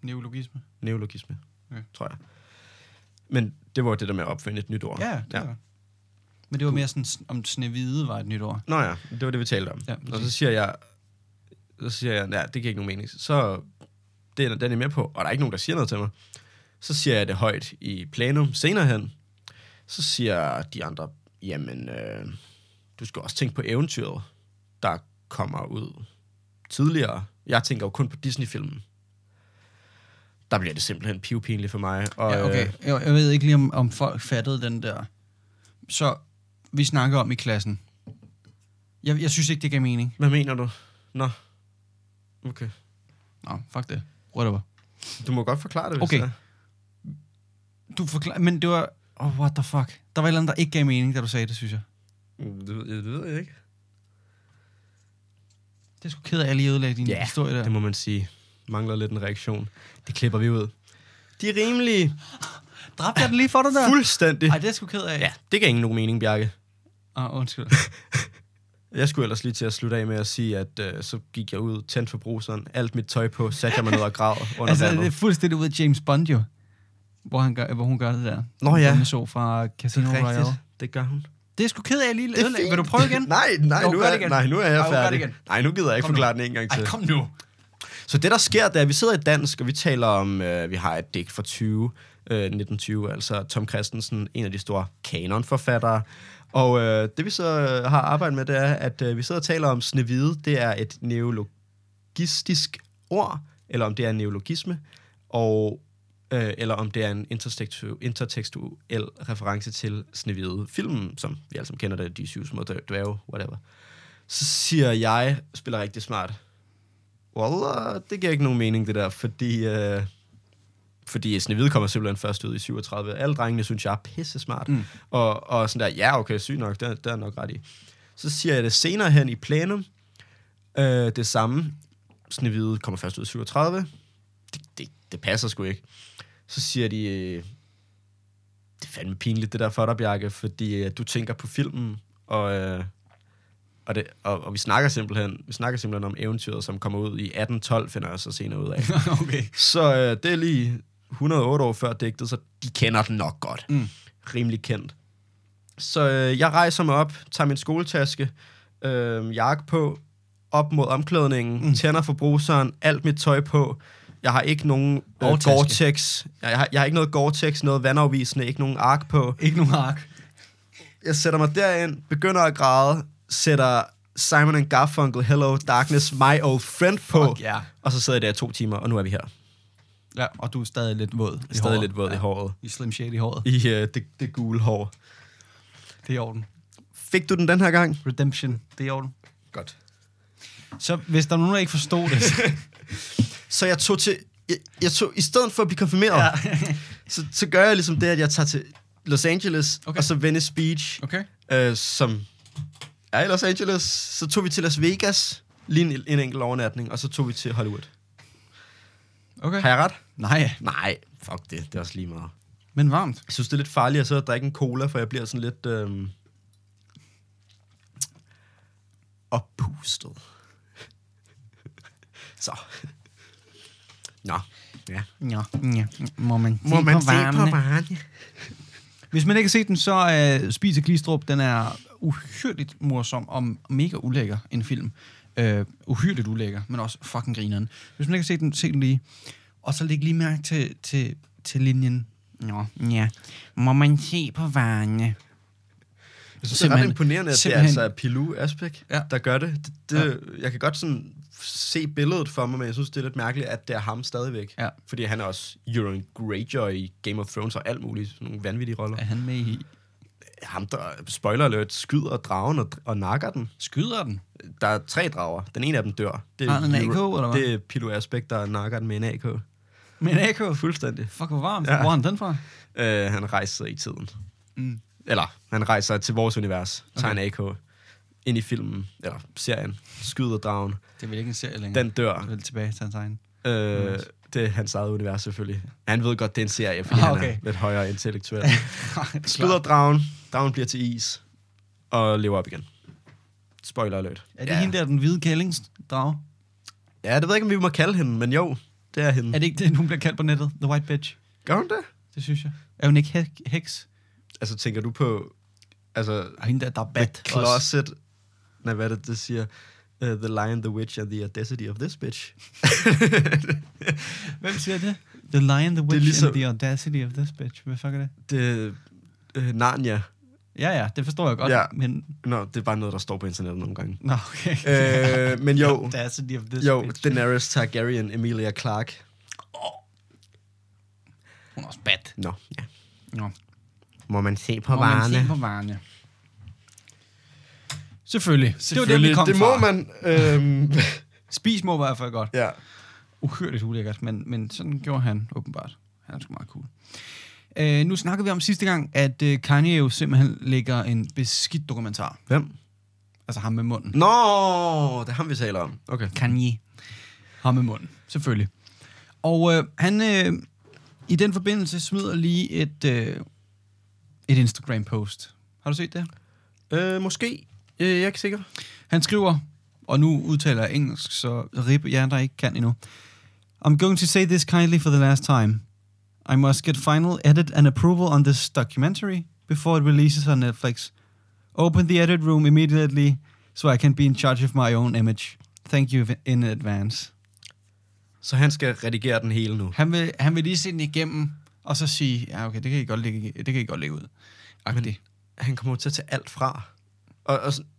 S1: Neologisme?
S2: Neologisme,
S1: Okay.
S2: okay. tror jeg. Men det var jo det der med at opfinde et nyt ord.
S1: Ja, det ja. Var. Men det var mere sådan, s- om snevide var et nyt ord.
S2: Nå ja, det var det, vi talte om.
S1: Ja,
S2: Ja, og så siger jeg, så siger jeg, nej, det giver ikke nogen mening. Så det er den er jeg med på, og der er ikke nogen, der siger noget til mig. Så siger jeg det højt i plenum senere hen. Så siger de andre, jamen, øh, du skal også tænke på eventyret, der kommer ud tidligere. Jeg tænker jo kun på Disney-filmen. Der bliver det simpelthen pivpinligt for mig. Og,
S1: Ja,
S2: øh,
S1: okay. Jeg, jeg ved ikke lige, om, om folk fattede den der. Så vi snakker om i klassen. Jeg, jeg synes ikke, det gav mening.
S2: Hvad mener du? Nå, okay.
S1: Nå, fuck det. Whatever.
S2: Du må godt forklare det, hvis
S1: Okay.
S2: det er.
S1: Du forklarer, men det var... Oh, what the fuck. Der var et eller andet, der ikke gav mening, da du sagde det, synes jeg.
S2: Mm, Det, ved- det ved jeg ikke.
S1: Det er sgu ked af, at jeg lige ødelagde din
S2: Ja,
S1: historie der.
S2: Det må man sige. Mangler lidt en reaktion. Det klipper vi ud. De er rimelige.
S1: Dræbte jeg den lige for dig der?
S2: Fuldstændig.
S1: Ej, det er jeg sgu ked af.
S2: Ja, det gav ingen nogen mening, Bjarke.
S1: Åh, oh, undskyld.
S2: Jeg skulle ellers lige til at slutte af med at sige, at øh, så gik jeg ud, tændte for bruseren, alt mit tøj på, satte jeg mig ned
S1: [LAUGHS]
S2: og grav under
S1: altså,
S2: altså,
S1: det er fuldstændig ud af James Bond jo. Hvor, han gør, hvor hun gør det der.
S2: Nå ja.
S1: Hun så fra Casino Royale.
S2: Det gør hun.
S1: Det er sgu ked af, at jeg lige ødelagde. Vil du prøve igen?
S2: [LAUGHS] nej, nej,
S1: Jo,
S2: nu
S1: gør det
S2: er,
S1: igen.
S2: nej, nu er jeg
S1: Jo, gør det
S2: færdig.
S1: igen.
S2: nej, nu gider jeg ikke
S1: Kom nu.
S2: forklare den en gang til.
S1: Ej, kom nu. [LAUGHS]
S2: Så det, der sker, det er, at vi sidder i dansk, og vi taler om, øh, vi har et dæk fra 20, øh, 1920, altså Tom Christensen, en af de store kanonforfattere. Og øh, det, vi så øh, har arbejdet med, det er, at øh, vi sidder og taler om snevide. Det er et neologistisk ord, eller om det er en neologisme, og, øh, eller om det er en intertekstu- intertekstuel reference til Snevide-filmen, som vi alle sammen kender det, de syv små dværge- dværge, whatever. Så siger jeg, spiller rigtig smart. Wallah, det giver ikke nogen mening, det der, fordi... Øh, fordi Snevide kommer simpelthen først ud i 37. Alle drengene synes, jeg er pisse smart. Mm. Og, og sådan der, ja, okay, syg nok, det, det er jeg nok ret i. Så siger jeg det senere hen i plenum. Øh, det samme. Snevide kommer først ud i 37. Det, det, det passer sgu ikke. Så siger de, øh, det er fandme pinligt, det der for dig, Bjarke, fordi øh, du tænker på filmen, og... Øh, og, det, og, og vi snakker simpelthen vi snakker simpelthen om eventyret, som kommer ud i 1812, finder jeg så senere
S1: [LAUGHS]
S2: ud af.
S1: okay.
S2: så øh, det er lige 108 år før digtet, så de kender den nok godt.
S1: Mm.
S2: Rimelig kendt. Så øh, jeg rejser mig op, tager min skoletaske, øh, jakke på, op mod omklædningen, mm. tænder for bruseren, alt mit tøj på. Jeg har ikke nogen øh,
S1: Og taske.
S2: Gore-Tex. Jeg, jeg, har, jeg har ikke noget Gore-Tex, noget vandafvisende, ikke nogen ark på
S1: Ikke nogen ark.
S2: jeg sætter mig derind, begynder at græde, sætter Simon and Garfunkel, Hello Darkness, My Old Friend på,
S1: Fuck ja.
S2: og så sidder jeg der i to timer, og nu er vi her.
S1: Ja, og du er stadig lidt våd. i
S2: Stadig
S1: håret.
S2: lidt våd i håret.
S1: I Slim Shady i håret.
S2: I øh, det, det gule hår.
S1: Det er i orden.
S2: Fik du den den her gang?
S1: Redemption, det er i orden.
S2: Godt.
S1: Så hvis der er nogen, der ikke forstod
S2: [LAUGHS]
S1: det, så
S2: Så jeg tog til... Jeg, jeg tog, I stedet for at blive konfirmeret, ja. [LAUGHS] så, så gør jeg ligesom det, at jeg tager til Los Angeles,
S1: Okay.
S2: okay. og så Venice Beach,
S1: Okay.
S2: øh, som er i Los Angeles. Så tog vi til Las Vegas, lige en, en enkelt overnatning, og så tog vi til Hollywood.
S1: Okay.
S2: Har jeg ret?
S1: Nej,
S2: Nej, fuck det. Det er også lige meget.
S1: men varmt.
S2: Jeg synes, det er lidt farligt at sidde og drikke en cola, for jeg bliver sådan lidt øhm, oppustet. [LAUGHS] Så. Nå. Ja.
S1: Ja. ja. Må man, se
S2: Må man
S1: på
S2: se
S1: varmene?
S2: på varerne?
S1: Hvis man ikke har set den, så uh, Spise Glistrup, den er uhyrligt morsom og mega ulækker en film. Uh, uhyrligt ulækker, men også fucking grineren. Hvis man ikke har set den, se den lige. Og så læg lige mærke til, til, til linjen. Nå, ja. Må man se på varerne?
S2: Jeg synes, det er
S1: Simpelthen.
S2: ret imponerende, at
S1: Simpelthen.
S2: det er altså Pilou Asbæk,
S1: Ja.
S2: ja. der gør det. det, det ja. Jeg kan godt sådan se billedet for mig, men jeg synes, det er lidt mærkeligt, at det er ham stadigvæk.
S1: Ja.
S2: Fordi han er også Euron Greyjoy i Game of Thrones og alt muligt. Sådan nogle vanvittige roller.
S1: Er han med i
S2: ham, der spoiler alert, skyder dragen og, og nakker den.
S1: Skyder den?
S2: Der er tre drager. Den ene af dem dør. Det
S1: Har den en AK, eller hvad?
S2: Det er Pilo Aspect, der nakker den med en AK.
S1: Med en AK?
S2: Fuldstændig.
S1: Fuck, hvor varmt. Ja.
S2: Ja.
S1: Hvor er han den fra?
S2: Øh, han rejser i tiden.
S1: Mm.
S2: Eller, han rejser til vores univers. Tager en AK ind i filmen, eller serien. Skyder dragen.
S1: Det er vel ikke en serie længere.
S2: Den dør.
S1: Den vil tilbage til hans [LAUGHS] egen.
S2: Øh, det er hans eget univers, selvfølgelig. Han ved godt, det er en serie, fordi
S1: [LAUGHS] Ah,
S2: ah, okay.
S1: okay.
S2: han er lidt højere intellektuel.
S1: det er [LAUGHS]
S2: Skyder
S1: klart.
S2: dragen. Dragen bliver til is. Og lever op igen. Spoiler alert.
S1: Er det ja. hende der, den hvide kællingsdrage?
S2: Ja, det ved jeg ikke, om vi må kalde hende, men jo, det er hende.
S1: Er det ikke det, hun bliver kaldt på nettet? The White Bitch.
S2: Gør hun det?
S1: Det synes jeg. Er hun ikke hek- heks?
S2: Altså, tænker du på... Altså,
S1: Og hende der, der er
S2: the
S1: bat. også.
S2: closet... Nej, hvad er det, det siger? Uh, the Lion, the Witch and the Audacity of this bitch.
S1: Hvem siger det? The Lion, the Witch ligesom...
S2: ligesom-
S1: and the Audacity of this bitch. Hvad fuck er det?
S2: Det, uh, Narnia.
S1: Ja, ja, det forstår jeg godt.
S2: Ja.
S1: Men...
S2: Nå, det er bare noget, der står på internettet nogle
S1: [LAUGHS]
S2: gange.
S1: Nå, okay.
S2: øh, men jo,
S1: [LAUGHS] Audacity of this
S2: jo,
S1: bitch.
S2: Daenerys Targaryen, Emilia Clarke.
S1: Hun er også bat.
S2: Nå, ja.
S1: Nå.
S2: Må man se på
S1: Må man se på varerne. Selvfølgelig. Det var det, vi kom
S2: det
S1: fra.
S2: må man.
S1: [LAUGHS]
S2: Øhm,
S1: Spis må i hvert fald godt.
S2: ja.
S1: uhyrligt ulækkert, men, men sådan gjorde han åbenbart. Han er sgu meget cool. Øh, nu snakkede vi om sidste gang, at øh, Kanye jo simpelthen lægger en beskidt dokumentar.
S2: Hvem?
S1: Altså ham med munden.
S2: Nå, det er ham, vi taler om. Okay.
S1: Kanye. Ham med munden, selvfølgelig. Og øh, han øh, i den forbindelse smider lige et, øh, et Instagram-post. Har du set det?
S2: Øh, måske. Øh, jeg er ikke sikker.
S1: Han skriver, og nu udtaler jeg engelsk, så rip jer, der ikke kan endnu. I'm going to say this kindly for the last time. I must get final edit and approval on this documentary before it releases on Netflix. Open the edit room immediately, so I can be in charge of my own image. Thank you in advance.
S2: Så han skal redigere den hele nu.
S1: Han vil, han vil lige se den igennem, og så sige, ja okay, det kan I godt lægge, det kan I godt lægge ud. Agtigt.
S2: Han kommer jo til at tage alt fra. Og, og, sådan-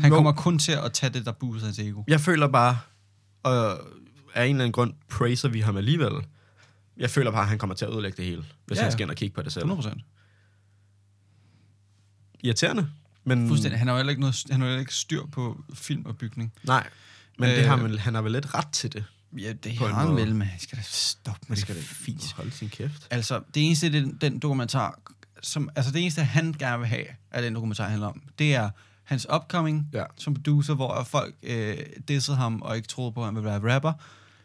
S1: Han
S2: jo,
S1: kommer kun til at tage det, der buser hans ego.
S2: Jeg føler bare, og af en eller anden grund praiser vi ham alligevel. Jeg føler bare, at han kommer til at ødelægge det hele, hvis
S1: Ja,
S2: ja, han
S1: ja.
S2: skal ind og kigge på det selv.
S1: 100%.
S2: Irriterende, men
S1: Fuldstændig. Han har jo heller ikke, noget, han har jo heller ikke styr på film og bygning.
S2: nej. Men øh, det har
S1: Øh,
S2: man, han har vel lidt ret til det.
S1: Ja, det
S2: På en
S1: har han
S2: måde.
S1: vel, men jeg skal da stoppe med
S2: Man
S1: det,
S2: skal
S1: det
S2: da
S1: fis.
S2: holde sin kæft.
S1: Altså, det eneste, den, den dokumentar, som, altså det eneste, han gerne vil have, at den dokumentar handler om, det er hans upcoming
S2: Ja.
S1: som producer, hvor folk øh, dissede ham og ikke troede på, at han ville være rapper.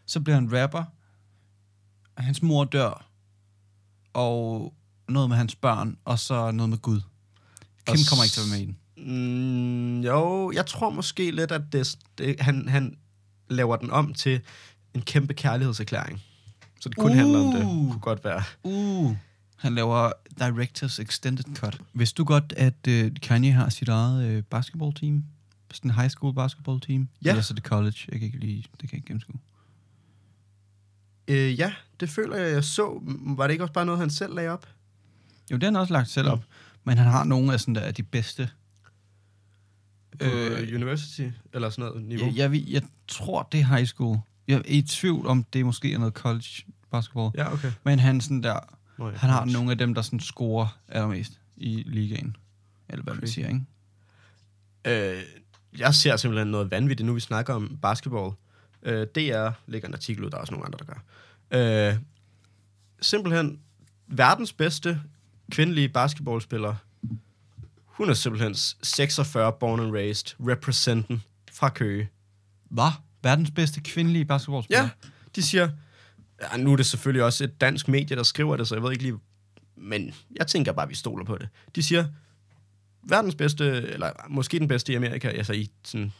S1: Så bliver han rapper, og hans mor dør, og noget med hans børn, og så noget med Gud. Kim
S2: s-
S1: kommer ikke til at være med i den.
S2: Mm, jo, jeg tror måske lidt, at det, det, han, han laver den om til en kæmpe kærlighedserklæring. Så det kun uh. handler om det.
S1: Uh.
S2: Kunne godt være.
S1: Uh, han laver Directors Extended Cut. Vidste du godt, at øh, Kanye har sit eget øh, basketballteam? Sådan en high school basketballteam?
S2: Ja.
S1: Eller så er det college. Jeg kan ikke lige, det kan jeg ikke gennemskue.
S2: Øh, ja, det føler jeg, jeg så. M- Var det ikke også bare noget, han selv lagde op?
S1: Jo, det har han også lagt selv op. Men han har nogle af sådan der, af de bedste.
S2: På øh, university eller sådan noget niveau?
S1: Jeg,
S2: Ja,
S1: jeg, ved- jeg tror, det er high school. Jeg er i tvivl om, det måske er noget college basketball. Ja.
S2: ja okay.
S1: Men han, sådan der,
S2: Nå, ja.
S1: han har nogle af dem, der sådan scorer allermest i ligaen. Eller hvad man
S2: Crazy.
S1: siger, ikke?
S2: Øh, jeg ser simpelthen noget vanvittigt, nu vi snakker om basketball. Øh, DR lægger en artikel ud, der er også nogle andre, der gør. Øh, simpelthen verdens bedste kvindelige basketballspiller. Hun er simpelthen 46 born and raised, representen fra Køge.
S1: Hvad? Verdens bedste kvindelige basketballspiller?
S2: Ja, de siger, ja, nu er det selvfølgelig også et dansk medie, der skriver det, så jeg ved ikke lige, men jeg tænker bare, at vi stoler på det. De siger, verdens bedste, eller måske den bedste i Amerika, altså i sådan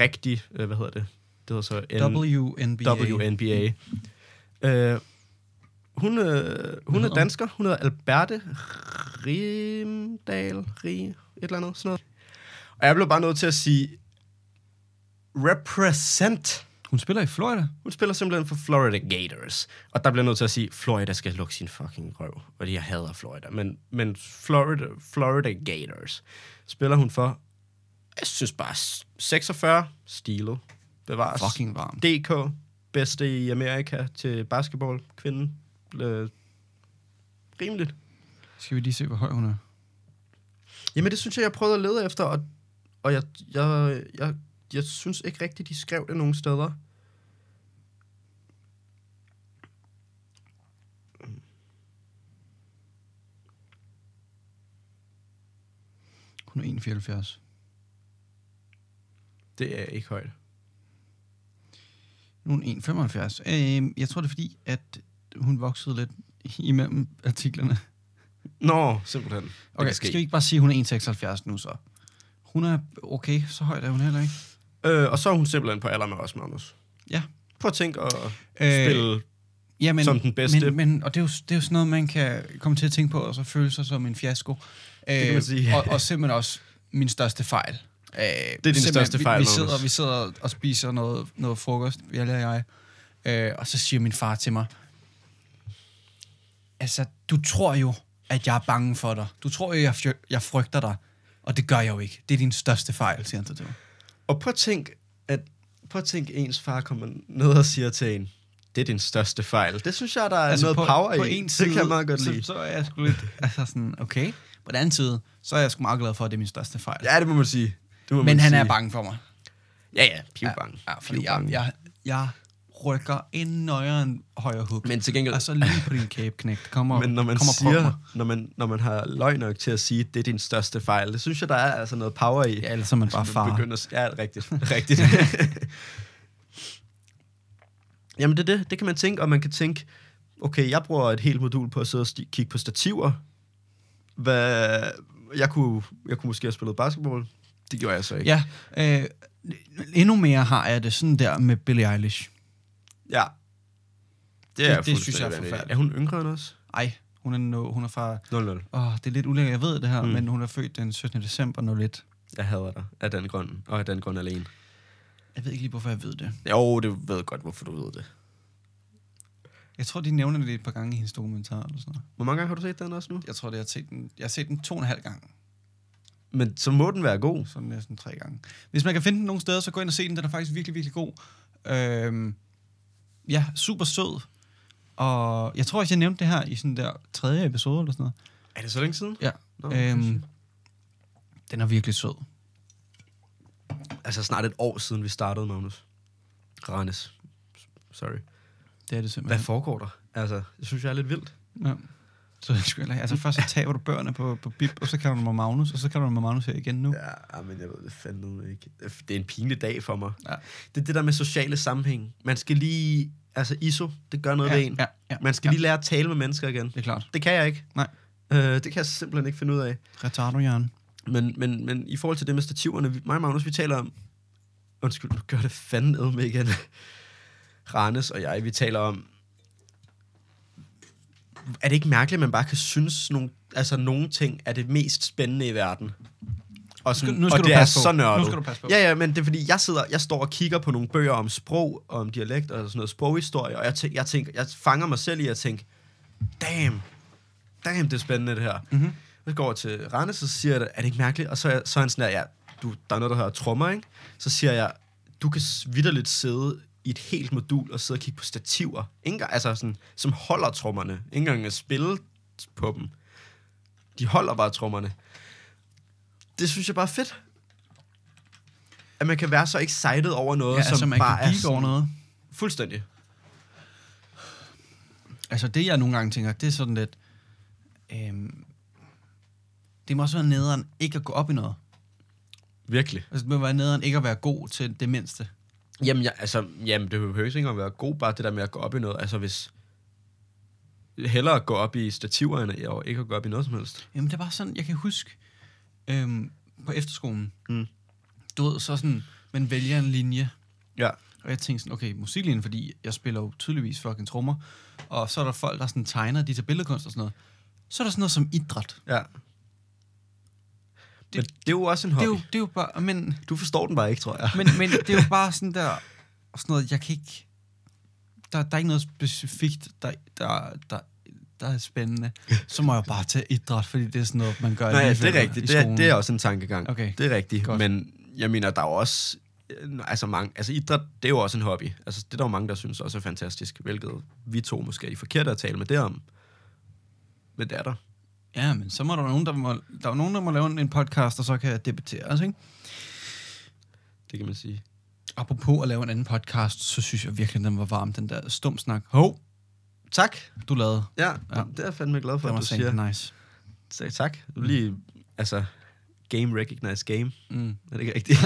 S2: rigtig, øh, hvad hedder det? Det hedder så N-
S1: WNBA.
S2: WNBA. Øh, hun, øh, hun er
S1: hedder hun?
S2: dansker, hun hedder Alberte Rimdal, Ri, et eller andet, sådan noget. Og jeg blev bare nødt til at sige, represent
S1: Hun spiller i Florida.
S2: hun spiller simpelthen for Florida Gators. Og der bliver jeg nødt til at sige, Florida skal lukke sin fucking røv. Fordi jeg hader Florida. Men, men Florida, Florida Gators spiller hun for, jeg synes bare, s- 46 stilet. Bevares.
S1: Fucking varm.
S2: DK, bedste i Amerika til basketball. Kvinden. Øh, rimeligt.
S1: Skal vi lige se, hvor høj hun er?
S2: Jamen, det synes jeg, jeg prøvede at lede efter, og, og jeg, jeg, jeg, jeg synes ikke rigtigt, de skrev det nogen steder.
S1: Hun er 71.
S2: Det er ikke højt.
S1: Nu er hun 1,75. Øh, jeg tror, det er fordi, at hun voksede lidt imellem artiklerne.
S2: Nå, simpelthen.
S1: Okay, skal vi ikke bare sige, at hun er 1,76 nu så? Hun er okay, så højt er hun heller ikke.
S2: Øh, og så er hun simpelthen på alder med os, Magnus.
S1: Ja.
S2: Prøv at tænke at øh, spille...
S1: ja, men,
S2: som den bedste.
S1: Men, men, og det er, jo, det er jo sådan noget, man kan komme til at tænke på, og så føle sig som en fiasko. Øh,
S2: kan man sige.
S1: og, og simpelthen også min største fejl. Øh, det er
S2: din største fejl,
S1: vi, vi,
S2: Magnus.
S1: sidder, vi sidder og spiser noget, noget frokost, jeg og jeg, øh, og så siger min far til mig, altså, du tror jo, at jeg er bange for dig. Du tror jo, jeg, fj- jeg frygter dig. Og det gør jeg jo ikke. Det er din største fejl, siger han så til mig.
S2: Og prøv at tænke, at, prøv at tænke, ens far kommer ned og siger til en, det er din største fejl. Det synes jeg, der er altså noget på, power
S1: på
S2: i.
S1: En side,
S2: det kan jeg meget godt
S1: så,
S2: lide.
S1: Så er jeg sgu lidt, altså sådan, okay. På den anden side, så er jeg sgu meget glad for, at det er min største fejl.
S2: Ja, det må man sige. Det må
S1: Men
S2: man
S1: han
S2: sige.
S1: er bange for mig.
S2: Ja, ja, pivbange.
S1: Ja, fordi jeg, jeg, jeg rykker en nøjere end højre hug.
S2: Men til gengæld-
S1: Og så lige på din kæbe, knægt. Kommer,
S2: Men når man,
S1: kommer og prop mig.
S2: siger, når, man, når man har løgn nok til at sige, det er din største fejl, det synes jeg, der er altså noget power i.
S1: Ja, ellers er man bare
S2: Man
S1: far.
S2: begynder at s- ja,
S1: [LAUGHS]
S2: rigtigt. rigtigt. [LAUGHS] Jamen, det er det. Det kan man tænke, og man kan tænke, okay, jeg bruger et helt modul på at sidde og sti- kigge på stativer. Hvad, jeg, kunne, jeg kunne måske have spillet basketball. Det gjorde jeg så ikke.
S1: Ja, øh, endnu mere har jeg det sådan der med Billie Eilish.
S2: ja. Det,
S1: Det-
S2: er
S1: det synes jeg er
S2: fuldstændig vanvittigt.
S1: forfærdeligt.
S2: Er hun yngre end os?
S1: Ej, hun er, no, hun er fra...
S2: 00.
S1: Åh, det er lidt ulækkert, jeg ved det her, mm. men hun er født den 17. december 01.
S2: Jeg hader dig af den grund, og af den grund alene.
S1: Jeg ved ikke lige, hvorfor jeg ved det.
S2: Jo, det ved jeg godt, hvorfor du ved det.
S1: Jeg tror, de nævner det et par gange i hendes dokumentar eller sådan noget.
S2: Hvor mange gange har du set den også nu?
S1: Jeg tror, det, jeg har set den, jeg har set den to og en halv gange.
S2: Men så må den være god.
S1: Sådan næsten tre gange. Hvis man kan finde den nogle steder, så gå ind og se den. Den er faktisk virkelig, virkelig god. Øhm, ja, super sød. Og jeg tror også, jeg nævnte det her i sådan der tredje episode eller sådan noget.
S2: Er det så længe siden?
S1: Ja.
S2: Nå,
S1: øhm, den er virkelig sød.
S2: Altså snart et år siden, vi startede, Magnus. Ranes. Sorry.
S1: Det er det
S2: Hvad
S1: simpelthen.
S2: foregår der? Altså, det synes jeg er lidt vildt.
S1: Ja. Så det skulle heller ikke. Altså først så taber du børnene på, på Bip, og så kalder du mig Magnus, og så kalder du mig Magnus her igen nu. Ja.
S2: Ja, ah, men jeg ved det fandme ikke. Det er en pinlig dag for mig.
S1: Ja.
S2: Det er det der med sociale sammenhæng. Man skal lige... Altså ISO, det gør noget
S1: Ja,
S2: ja, ved en.
S1: ja, ja,
S2: Man skal
S1: ja.
S2: lige lære at tale med mennesker igen.
S1: Det er klart.
S2: Det kan jeg ikke.
S1: Nej.
S2: Øh, det kan jeg simpelthen ikke finde ud af.
S1: Retardo, Jørgen.
S2: Men, men, men i forhold til det med stativerne, vi, mig og Magnus, vi taler om... Undskyld, nu gør det fandme med igen. Randes og jeg, vi taler om... Er det ikke mærkeligt, at man bare kan synes, nogle, altså nogle ting er det mest spændende i verden? Og, sådan,
S1: Skal- nu skal
S2: og
S1: du
S2: det er
S1: passe på.
S2: så
S1: Nu
S2: nørdet.
S1: skal du passe på.
S2: Ja, ja, men det er fordi, jeg sidder, jeg står og kigger på nogle bøger om sprog, og om dialekt og sådan noget sproghistorie, og jeg, tænker, jeg, tænker, jeg fanger mig selv i at tænke, damn, damn, det er spændende det her. Mm-hmm.
S1: Mhm.
S2: Så går jeg over til Randes, og så siger jeg, er det ikke mærkeligt? Og så er, så er han sådan der, ja, du, der er noget, der hedder trommer, ikke? Så siger jeg, du kan s- vitterligt sidde i et helt modul og sidde og kigge på stativer, ikke engang, altså sådan, som holder trommerne, ikke engang at spille på dem. De holder bare trommerne. Det synes jeg bare er fedt. At man kan være så excited over noget,
S1: Ja,
S2: som
S1: altså man
S2: bare
S1: kan
S2: er
S1: geek over
S2: sådan-
S1: noget.
S2: Fuldstændig.
S1: Altså det, jeg nogle gange tænker, det er sådan lidt... Øhm, det må også være nederen ikke at gå op i noget.
S2: Virkelig.
S1: Altså det må være nederen ikke at være god til det mindste.
S2: Jamen, jeg, altså, jamen, det behøver ikke engang være god, bare det der med at gå op i noget. Altså, hvis hellere at gå op i stativerne, og ikke at gå op i noget som helst.
S1: Jamen, det er bare sådan, jeg kan huske øhm, på efterskolen. Mm. Du ved, så sådan, man vælger en linje,
S2: Ja.
S1: og jeg tænkte sådan, okay, musiklinjen, fordi jeg spiller jo tydeligvis fucking trommer, og så er der folk, der sådan tegner, de tager billedkunst og sådan noget. Så er der sådan noget som idræt.
S2: ja. Det, Men det er jo også en
S1: Det er, jo,
S2: hobby. Det
S1: det er jo bare, men,
S2: Du forstår den bare ikke, tror jeg.
S1: men, men det er jo bare sådan der, og sådan noget, jeg kan ikke, der, der er ikke noget specifikt, der, der, der, der er spændende. Så må jeg bare tage idræt, fordi det er sådan noget, man gør
S2: Nej, altså,
S1: alligevel
S2: det er rigtigt.
S1: i
S2: Det er,
S1: skolen.
S2: det er også en tankegang.
S1: Okay.
S2: Det er rigtigt.
S1: Godt.
S2: Godt. Men jeg mener, der er jo også... øh, Altså, mange, altså idræt, det er jo også en hobby. Altså, det er der jo mange, der synes også er fantastisk, hvilket vi to måske er de forkerte at tale med det om. Men det er der.
S1: Ja, men så må der jo nogen, der må, der er jo nogen, der må lave en- en podcast, og så kan debattere os, ikke?
S2: Det kan man sige.
S1: Apropos at lave en anden podcast, så synes jeg virkelig, den var varm, den der stum snak. Hov,
S2: Tak.
S1: du lavede.
S2: Ja,
S1: Ja.
S2: ja. det er jeg fandme glad
S1: Den
S2: for, at
S1: var
S2: du siger.
S1: sandt nice.
S2: Sag tak. Du er lige, altså, game recognize game.
S1: Mm.
S2: Er det ikke rigtigt?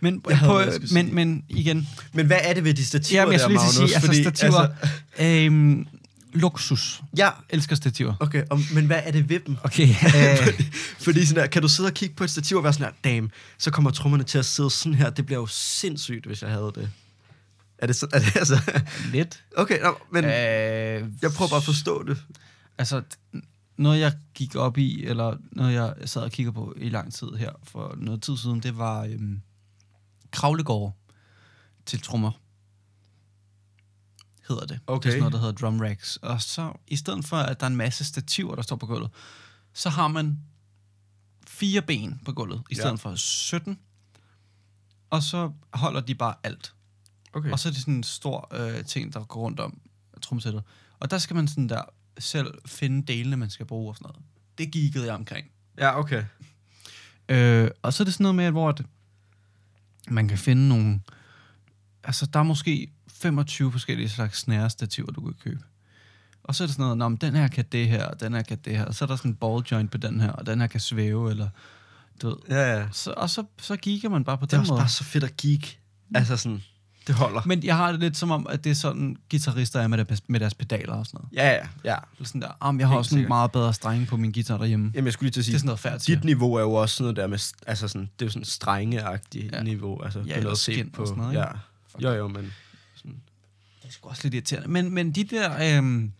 S1: Men, på,
S2: Jeg havde noget, jeg skulle
S1: men,
S2: sige.
S1: men igen,
S2: [LAUGHS] men hvad er det ved de stativer
S1: Jamen, jeg
S2: der,
S1: skulle lige
S2: Magnus? altså-
S1: sige, altså, stativer- øhm, luksus.
S2: ja,
S1: Elsker stativer.
S2: okay, og, men hvad er det ved dem?
S1: Okay. Øh,
S2: [LAUGHS] Fordi- Fordi sådan der, kan du sidde og kigge på et stativ og være sådan her, damn, så kommer trommerne til at sidde sådan her. Det bliver jo sindssygt, hvis jeg havde det. Er det sådan, er det [LAUGHS] altså...
S1: [LAUGHS] lidt.
S2: Okay, nå, men øh,
S1: Øh,
S2: jeg prøver bare at forstå det.
S1: Altså, noget jeg gik op i, eller noget jeg sad og kiggede på i lang tid her for noget tid siden, det var øhm, kravlegårde til trommer. Hedder det. Det
S2: Okay.
S1: er sådan noget, der hedder drum racks. Og så, i stedet for, at der er en masse stativer, der står på gulvet, så har man fire ben på gulvet, i
S2: Ja.
S1: stedet for 17. Og så holder de bare alt.
S2: Okay.
S1: Og så er det sådan en stor øh, ting, der går rundt om tromsættet. Og der skal man sådan der selv finde delene, man skal bruge og sådan noget. Det gikede jeg omkring.
S2: Ja, okay.
S1: Øh, og så er det sådan noget med, at hvor at man kan finde nogle... Altså, der er måske 25 forskellige slags snærestativer, du kan købe. Og så er det sådan noget, "Nå, men den her kan det her, og den her kan det her. Og så er der sådan en ball joint på den her, og den her kan svæve, eller... Du ved.
S2: Ja, ja.
S1: Så, og så, så kigger man bare på
S2: Det er
S1: den
S2: også
S1: måde.
S2: bare så fedt at geek. Altså sådan, det holder.
S1: Men jeg har det lidt som om, at det er sådan, guitarister er med, der, med deres pedaler og sådan noget.
S2: Ja, ja, ja.
S1: Eller sådan der, om jeg har
S2: Helt
S1: også nogle
S2: sikkert.
S1: meget bedre strenge på min guitar derhjemme.
S2: Jamen, jeg skulle lige til at
S1: Det
S2: sige,
S1: er sådan noget færdigt.
S2: dit niveau er jo også sådan noget der med, altså sådan, det er jo sådan strengeagtigt
S1: Ja.
S2: ja. niveau. Altså, det er
S1: eller
S2: noget set
S1: skin og sådan noget, ikke?
S2: Ja. Jo, jo, men... Sådan.
S1: Det er sgu også lidt irriterende. Men, men de der... Øhm,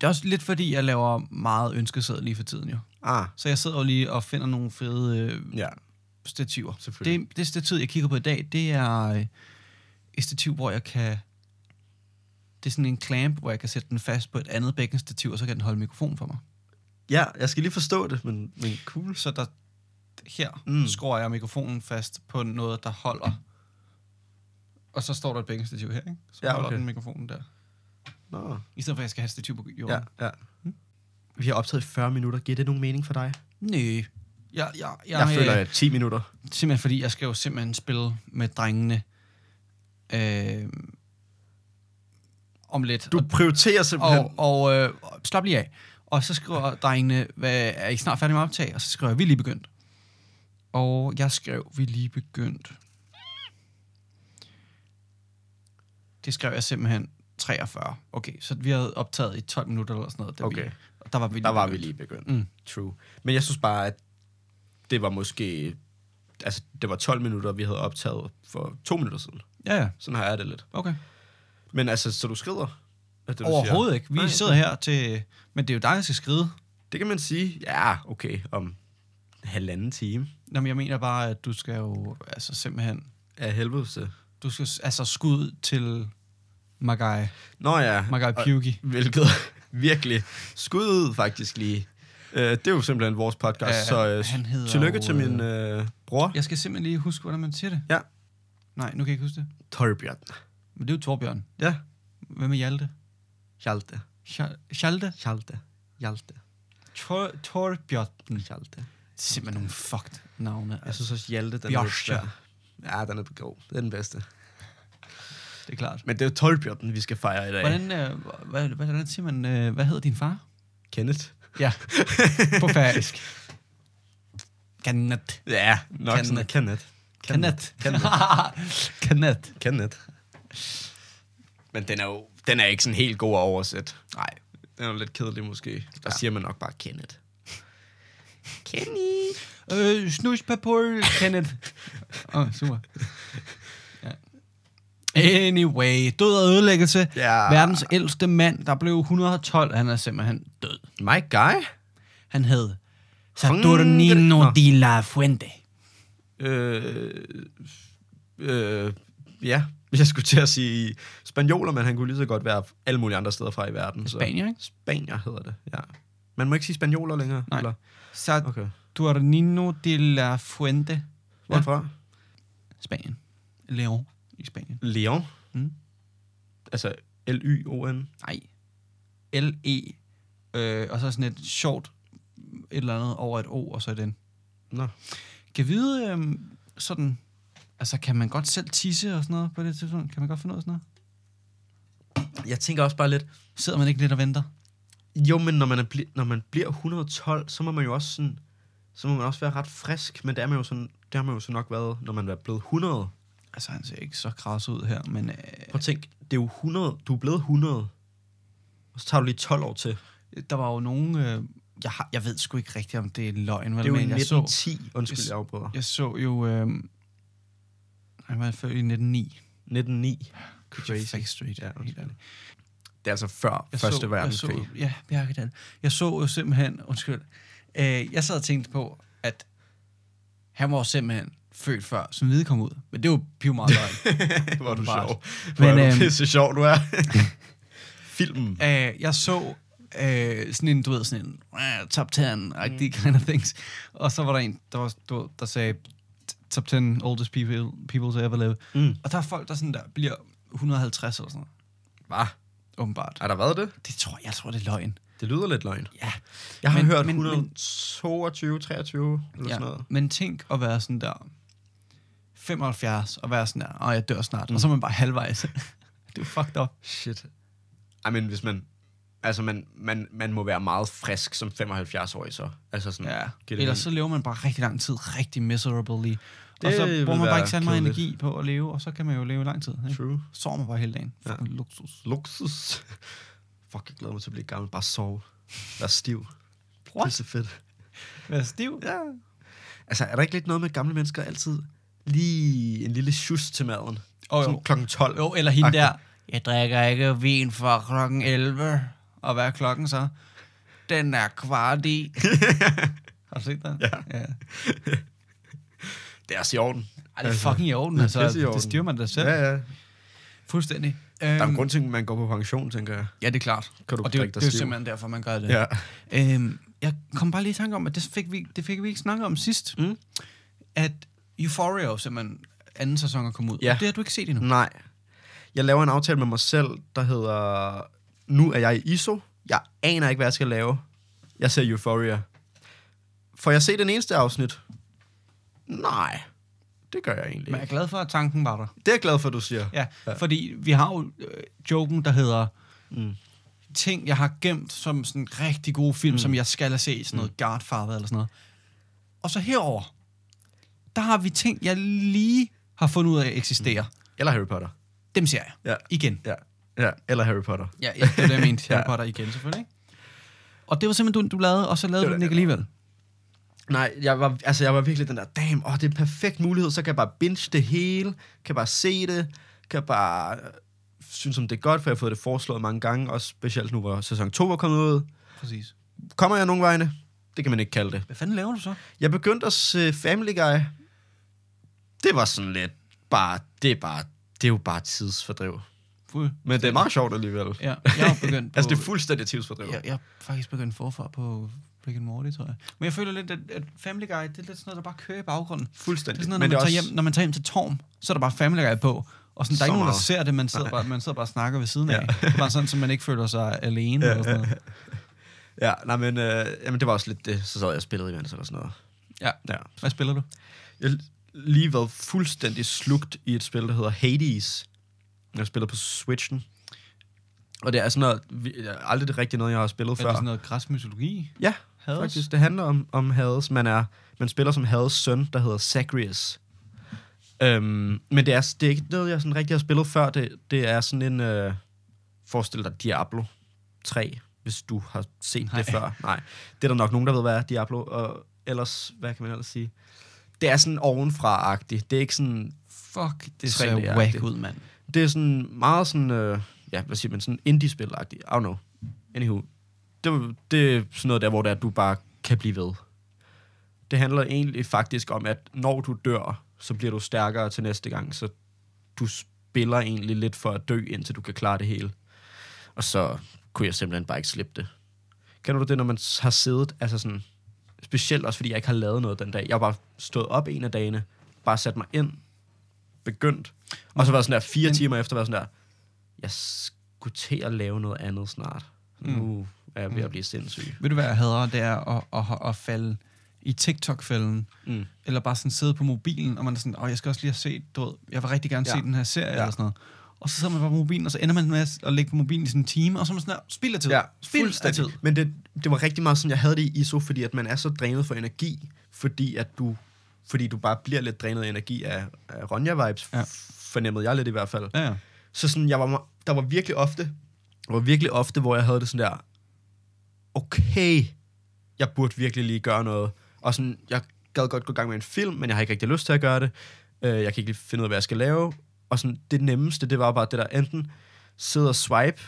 S1: det er også lidt fordi, jeg laver meget ønskeseddel lige for tiden jo.
S2: Ah,
S1: Så jeg sidder jo lige og finder nogle fede øh,
S2: ja,
S1: stativer.
S2: selvfølgelig.
S1: Det, det stativ, jeg kigger på i dag, det er øh, et stativ, hvor jeg kan... Det er sådan en clamp, hvor jeg kan sætte den fast på et andet bækkenstativ, og så kan den holde mikrofonen for mig.
S2: Ja, jeg skal lige forstå det, men, men cool.
S1: Så der, her mm.
S2: Mm.
S1: skruer jeg mikrofonen fast på noget, der holder. Og så står der et bænkestativ her, ikke? Så ja,
S2: Ja,
S1: holder
S2: okay.
S1: den mikrofonen der.
S2: Nå.
S1: I stedet for, at jeg skal have et stativ på jorden.
S2: Ja, ja. Vi har optaget i 40 minutter. Giver det nogen mening for dig?
S1: Nej. Jeg, jeg, jeg,
S2: Jeg
S1: øh,
S2: føler, at 10 minutter.
S1: Simpelthen fordi, jeg skal jo simpelthen spille med drengene øh, om lidt.
S2: Du prioriterer simpelthen...
S1: Og, og øh, slap lige af. Og så skriver drengene, hvad, er I snart færdige med at optage? Og så skriver jeg, vi er lige begyndt. Og jeg skrev, vi er lige begyndt. Det skrev jeg simpelthen 43. Okay, så vi havde optaget i 12 minutter eller sådan noget. Da
S2: Okay.
S1: Vi, og der var vi lige
S2: Der var vi
S1: begyndt.
S2: lige begyndt.
S1: Mm.
S2: Mm. True. Men jeg synes bare, at det var måske... Altså, det var 12 minutter, vi havde optaget for to minutter siden.
S1: Ja, ja.
S2: Sådan har jeg det lidt.
S1: Okay.
S2: Men altså, så du skrider? Er det, du
S1: Overhovedet ikke. Vi
S2: Nej,
S1: sidder her til... Men det er jo dig, der skal skride.
S2: Siger? Det kan man sige. Ja, okay. Om halvanden time.
S1: Nå, men jeg mener bare, at du skal jo altså simpelthen...
S2: Af helvede. så.
S1: Du skal altså skud til Magai.
S2: Nå ja.
S1: Magai
S2: og-
S1: Pyuki.
S2: Hvilket [LAUGHS] virkelig skud ud, faktisk lige. Øh, det er jo simpelthen vores podcast,
S1: Ja,
S2: så øh,
S1: han hedder
S2: tillykke
S1: jo,
S2: til min øh, bror.
S1: Jeg skal simpelthen lige huske, hvordan man siger det.
S2: Ja.
S1: Nej, nu kan jeg ikke huske det.
S2: Torbjørn.
S1: Men det er jo Torbjørn.
S2: Ja.
S1: Hvad med Hjalte?
S2: Hjalte.
S1: Hjal- Hjalte?
S2: Hjalte. Hjalte.
S1: Tor, Torbjørn.
S2: Hjalte.
S1: Simpelthen nogle fucked navne.
S2: Jeg
S1: Altså,
S2: synes også, Hjalte, den er lidt
S1: Bjørste.
S2: svær. Ja, den er god. Det er den bedste.
S1: det er klart.
S2: Men det er jo Torbjørn, vi skal fejre i dag.
S1: Hvordan, øh, hvad, hvordan siger man, øh, hvad hedder din far?
S2: Kenneth.
S1: Ja, [LAUGHS] på færøsk. Kenneth.
S2: Ja, nok
S1: Kenneth.
S2: Kenneth. sådan. Kenneth.
S1: Kenneth. [LAUGHS] Kenneth.
S2: Kenneth. Kenneth. Men den er jo den er ikke sådan helt god at oversætte.
S1: Nej.
S2: Den er jo lidt kedelig måske. Der ja. siger man nok bare Kenneth. Kenny.
S1: Øh, snuspapur, Kenneth. Åh, oh, super. Ja. Anyway, død og ødelæggelse.
S2: Ja.
S1: Verdens ældste mand, der blev 112, han er simpelthen død.
S2: My guy?
S1: Han hed Saturnino
S2: Nå.
S1: de la Fuente.
S2: Øh, øh, ja, [LAUGHS] jeg skulle til at sige spanioler, men han kunne lige så godt være alle mulige andre steder fra i verden. Så.
S1: Spanier, ikke?
S2: Spanier hedder det, ja. Man må ikke sige spanioler længere?
S1: Nej.
S2: Eller? Okay.
S1: Saturnino de la Fuente.
S2: Hvorfra? Ja.
S1: Spanien. Leon i Spanien.
S2: Leon.
S1: Mm.
S2: Altså L-Y-O-N.
S1: Nej. L-E, øh, og så sådan et sjovt et eller andet over et O, og så den.
S2: Nå.
S1: Kan vide øh, sådan... Altså, kan man godt selv tisse og sådan noget på det tidspunkt? Kan man godt finde ud af sådan noget?
S2: Jeg tænker også bare lidt,
S1: Sidder man ikke lidt og venter?
S2: jo, men når man, er bli- når man bliver 112, så må man jo også sådan, så må man også være ret frisk, men det, er man jo sådan, det har man jo så nok været, når man er blevet 100. Prøv
S1: Altså, han ser ikke så kras ud her, men... Øh,
S2: at tænk, det er jo 100, du er blevet 100, og så tager du lige 12 år til.
S1: der var jo nogen... Øh, jeg, har, jeg ved sgu ikke rigtigt, om det er løgn, vel,
S2: Det er jo
S1: men jeg så,
S2: 1910, undskyld,
S1: Yes.
S2: jeg afbryder.
S1: jeg så jo... Øh, han var født i 1909.
S2: 1909.
S1: Fake Street, ja, helt ærligt.
S2: Det er altså før jeg Første så, Verdenskrig.
S1: Jeg så, ja, Bjergedal. Jeg så jo simpelthen, undskyld, øh, jeg sad og tænkte på, at han var jo simpelthen født før, som hvide kom ud. Men det var piv meget
S2: [LAUGHS]
S1: løgn.
S2: [LAUGHS] Hvor er du
S1: Åbenbart.
S2: sjov. Hvor
S1: Men,
S2: er du
S1: øhm,
S2: pisse sjov,
S1: [LAUGHS]
S2: du er. Filmen.
S1: øh, jeg så øh, sådan en, du ved, sådan en øh, top 10, rigtig kind of things. Og så var der en, der, var, du, ved, der sagde, top 10 oldest people, people to ever live.
S2: Mm.
S1: Og der er folk, der sådan der bliver 150 eller sådan noget,
S2: Hvad?
S1: åbenbart.
S2: Har der været det?
S1: Det tror jeg, jeg tror, det er løgn.
S2: Det lyder lidt løgn.
S1: Ja,
S2: Jeg har
S1: Men-
S2: men, hørt
S1: men-
S2: 122, 23 eller sådan noget.
S1: Men tænk at være sådan der 75 og være sådan der, og jeg dør snart, mm. og så er man bare halvvejs. [LAUGHS] det er fucked up.
S2: Shit. Ej, men hvis man... Altså, man, man, man må være meget frisk som 75-årig, så. Altså sådan...
S1: Ja.
S2: giver det
S1: Ellers så
S2: mening?
S1: lever man bare rigtig lang tid, rigtig miserably. Og
S2: Det
S1: så
S2: vil
S1: bruger man bare
S2: være
S1: ikke særlig meget
S2: kedeligt.
S1: energi på at leve, og så kan man jo leve i lang tid. Ikke?
S2: True.
S1: Sover man bare hele dagen.
S2: Ja.
S1: Fucking luksus.
S2: Luksus. [LAUGHS] Fuck, jeg glæder mig til at blive gammel. Bare sove. Vær stiv.
S1: [LAUGHS] What?
S2: Det er så fedt.
S1: Vær stiv.
S2: Ja. Altså, er der ikke lidt noget med at gamle mennesker altid? Lige en lille sjus til maden.
S1: Åh,
S2: Sådan
S1: jo.
S2: klokken 12.
S1: Jo, eller hende
S2: Agtigt.
S1: der. Jeg drikker ikke vin fra klokken 11. Og hvad er klokken så? Den er kvart
S2: [LAUGHS]
S1: i. Har du set den?
S2: Ja.
S1: ja.
S2: Det er også i orden.
S1: Ej, det er fucking i orden,
S2: det er
S1: altså.
S2: pisse i orden.
S1: Det styrer man da selv.
S2: Ja, ja.
S1: Fuldstændig.
S2: Der er
S1: Øhm,
S2: en grund til, at man går på pension, tænker jeg.
S1: ja, det er klart.
S2: Kan du
S1: og det, er jo-
S2: drikke dig
S1: det er jo
S2: stiv?
S1: simpelthen derfor, man gør det.
S2: Ja.
S1: Øhm, jeg kom bare lige i tanke om, at det fik vi, det fik vi ikke snakket om sidst.
S2: Mm.
S1: At Euphoria jo simpelthen anden sæson er kommet ud.
S2: Ja. Mm.
S1: Og det har du ikke set endnu.
S2: Nej. Jeg laver en aftale med mig selv, der hedder... Nu er jeg i ISO. Jeg aner ikke, hvad jeg skal lave. Jeg ser Euphoria. Får jeg se den eneste afsnit? Nej. Det gør jeg egentlig
S1: Men jeg er
S2: ikke.
S1: glad for, at tanken var der.
S2: Det er jeg glad for, du siger.
S1: Ja, ja. fordi vi har jo øh, joken, der hedder...
S2: Mm.
S1: Ting, jeg har gemt som sådan rigtig gode film, mm. som jeg skal have set. Sådan noget mm. Godfather eller sådan noget. Og så herover der har vi ting, jeg lige har fundet ud af eksisterer. Mm.
S2: Eller Harry Potter.
S1: Dem ser jeg.
S2: Ja.
S1: Igen.
S2: Ja. ja. Eller Harry Potter.
S1: Ja, ja det var det, jeg
S2: [LAUGHS]
S1: mente. Harry
S2: Ja.
S1: Potter igen, selvfølgelig. Ikke? Og det var simpelthen, du, du lavede, og så lavede
S2: Det
S1: du
S2: var
S1: den
S2: det,
S1: ikke alligevel.
S2: Nej, jeg var, altså jeg var virkelig den der, damn, åh, det er en perfekt mulighed, så kan jeg bare binge det hele, kan bare se det, kan bare øh, synes, om det er godt, for jeg har fået det foreslået mange gange, også specielt nu, hvor sæson 2 var kommet ud.
S1: Præcis.
S2: Kommer jeg nogen vegne? Det kan man ikke kalde det.
S1: Hvad fanden laver du så?
S2: Jeg begyndte at se Family Guy. Det var sådan lidt bare, det er bare, det er jo bare tidsfordriv.
S1: Fuld.
S2: Men det er meget sjovt alligevel.
S1: Ja, jeg er begyndt på...
S2: [LAUGHS] altså, det er fuldstændig tidsfordriv.
S1: jeg, jeg er faktisk begyndt forfra på Rick and Morty, tror jeg. Men jeg føler lidt, at, at Family Guy, det er lidt sådan noget, der bare kører i baggrunden. Det
S2: Fuldstændig.
S1: er sådan noget, når, man
S2: det
S1: tager hjem, når man tager hjem til Torm, så er der bare Family Guy på. Og sådan, der er
S2: Så
S1: ikke nogen, der
S2: meget.
S1: ser det, man sidder, bare, man sidder bare og snakker ved siden af. Det er bare sådan, så man ikke føler sig alene. Ja, eller sådan
S2: [LAUGHS]
S1: noget.
S2: Ja, nej, men, øh, jamen, det var også lidt det. Så sad jeg og spillede imens eller sådan noget.
S1: ja.
S2: Ja.
S1: Hvad spiller du?
S2: Jeg har lige været fuldstændig slugt i et spil, der hedder Hades. Jeg spiller på Switch'en. Og det er sådan noget, vi- det er aldrig det rigtige noget, jeg har spillet
S1: Er
S2: før.
S1: det sådan noget græsk mytologi?
S2: Ja,
S1: Hades?
S2: Hades. faktisk. Det handler om, om Hades. Man, er, man spiller som Hades søn, der hedder Zagreus. Øhm, men det er, det er ikke noget, jeg sådan rigtig har spillet før. Det, det er sådan en... Øh, forestil dig Diablo 3, hvis du har set Nej. det før. Nej. Det er der nok nogen, der ved, hvad er Diablo. Og ellers, hvad kan man ellers sige? Det er sådan ovenfra-agtigt. Det er ikke sådan
S1: Fuck, det ser
S2: 3D-agtigt.
S1: whack ud, mand.
S2: det er sådan meget sådan, øh, ja, hvad siger man, sådan indie-spil-agtigt. I don't know. Anywho. Det, det er sådan noget der, hvor det er, at du bare kan blive ved. Det handler egentlig faktisk om, at når du dør, så bliver du stærkere til næste gang, så du spiller egentlig lidt for at dø, indtil du kan klare det hele. Og så kunne jeg simpelthen bare ikke slippe det. Kender du det, når man s- har siddet, altså sådan, specielt også fordi jeg ikke har lavet noget den dag. Jeg har bare stået op en af dagene, bare sat mig ind, begyndt, og så var sådan der fire
S1: Men-
S2: timer efter, var sådan der, jeg skulle til at lave noget andet snart.
S1: Mm.
S2: Nu er jeg ved at blive sindssyg.
S1: Ved du, hvad jeg hader? Det er at, at, at falde i TikTok-fælden.
S2: Mm.
S1: Eller bare sådan sidde på mobilen, og man er sådan, åh, jeg skal også lige have set, du ved, jeg vil rigtig gerne ja.
S2: Ja.
S1: se den her serie, ja.
S2: Ja.
S1: eller sådan noget. Og så sidder man bare på mobilen, og så ender man med at ligge på mobilen i sådan en time, og så er man sådan der, spild af tid. spild af tid.
S2: Men det, det var rigtig meget sådan, jeg havde det i ISO, fordi at man er så drænet for energi, fordi at du, fordi du bare bliver lidt drænet af energi af, af Ronja-vibes,
S1: Ja.
S2: ja. fornemmede jeg lidt i hvert fald.
S1: Ja, ja.
S2: Så sådan, jeg var, me- der var virkelig ofte, der var virkelig ofte, hvor jeg havde det sådan der, okay, jeg burde virkelig lige gøre noget. Og sådan, jeg gad godt gå i gang med en film, men jeg har ikke rigtig lyst til at gøre det. Øh, jeg kan ikke lige finde ud af, hvad jeg skal lave. Og sådan, det nemmeste, det var bare det der, enten sidde og swipe,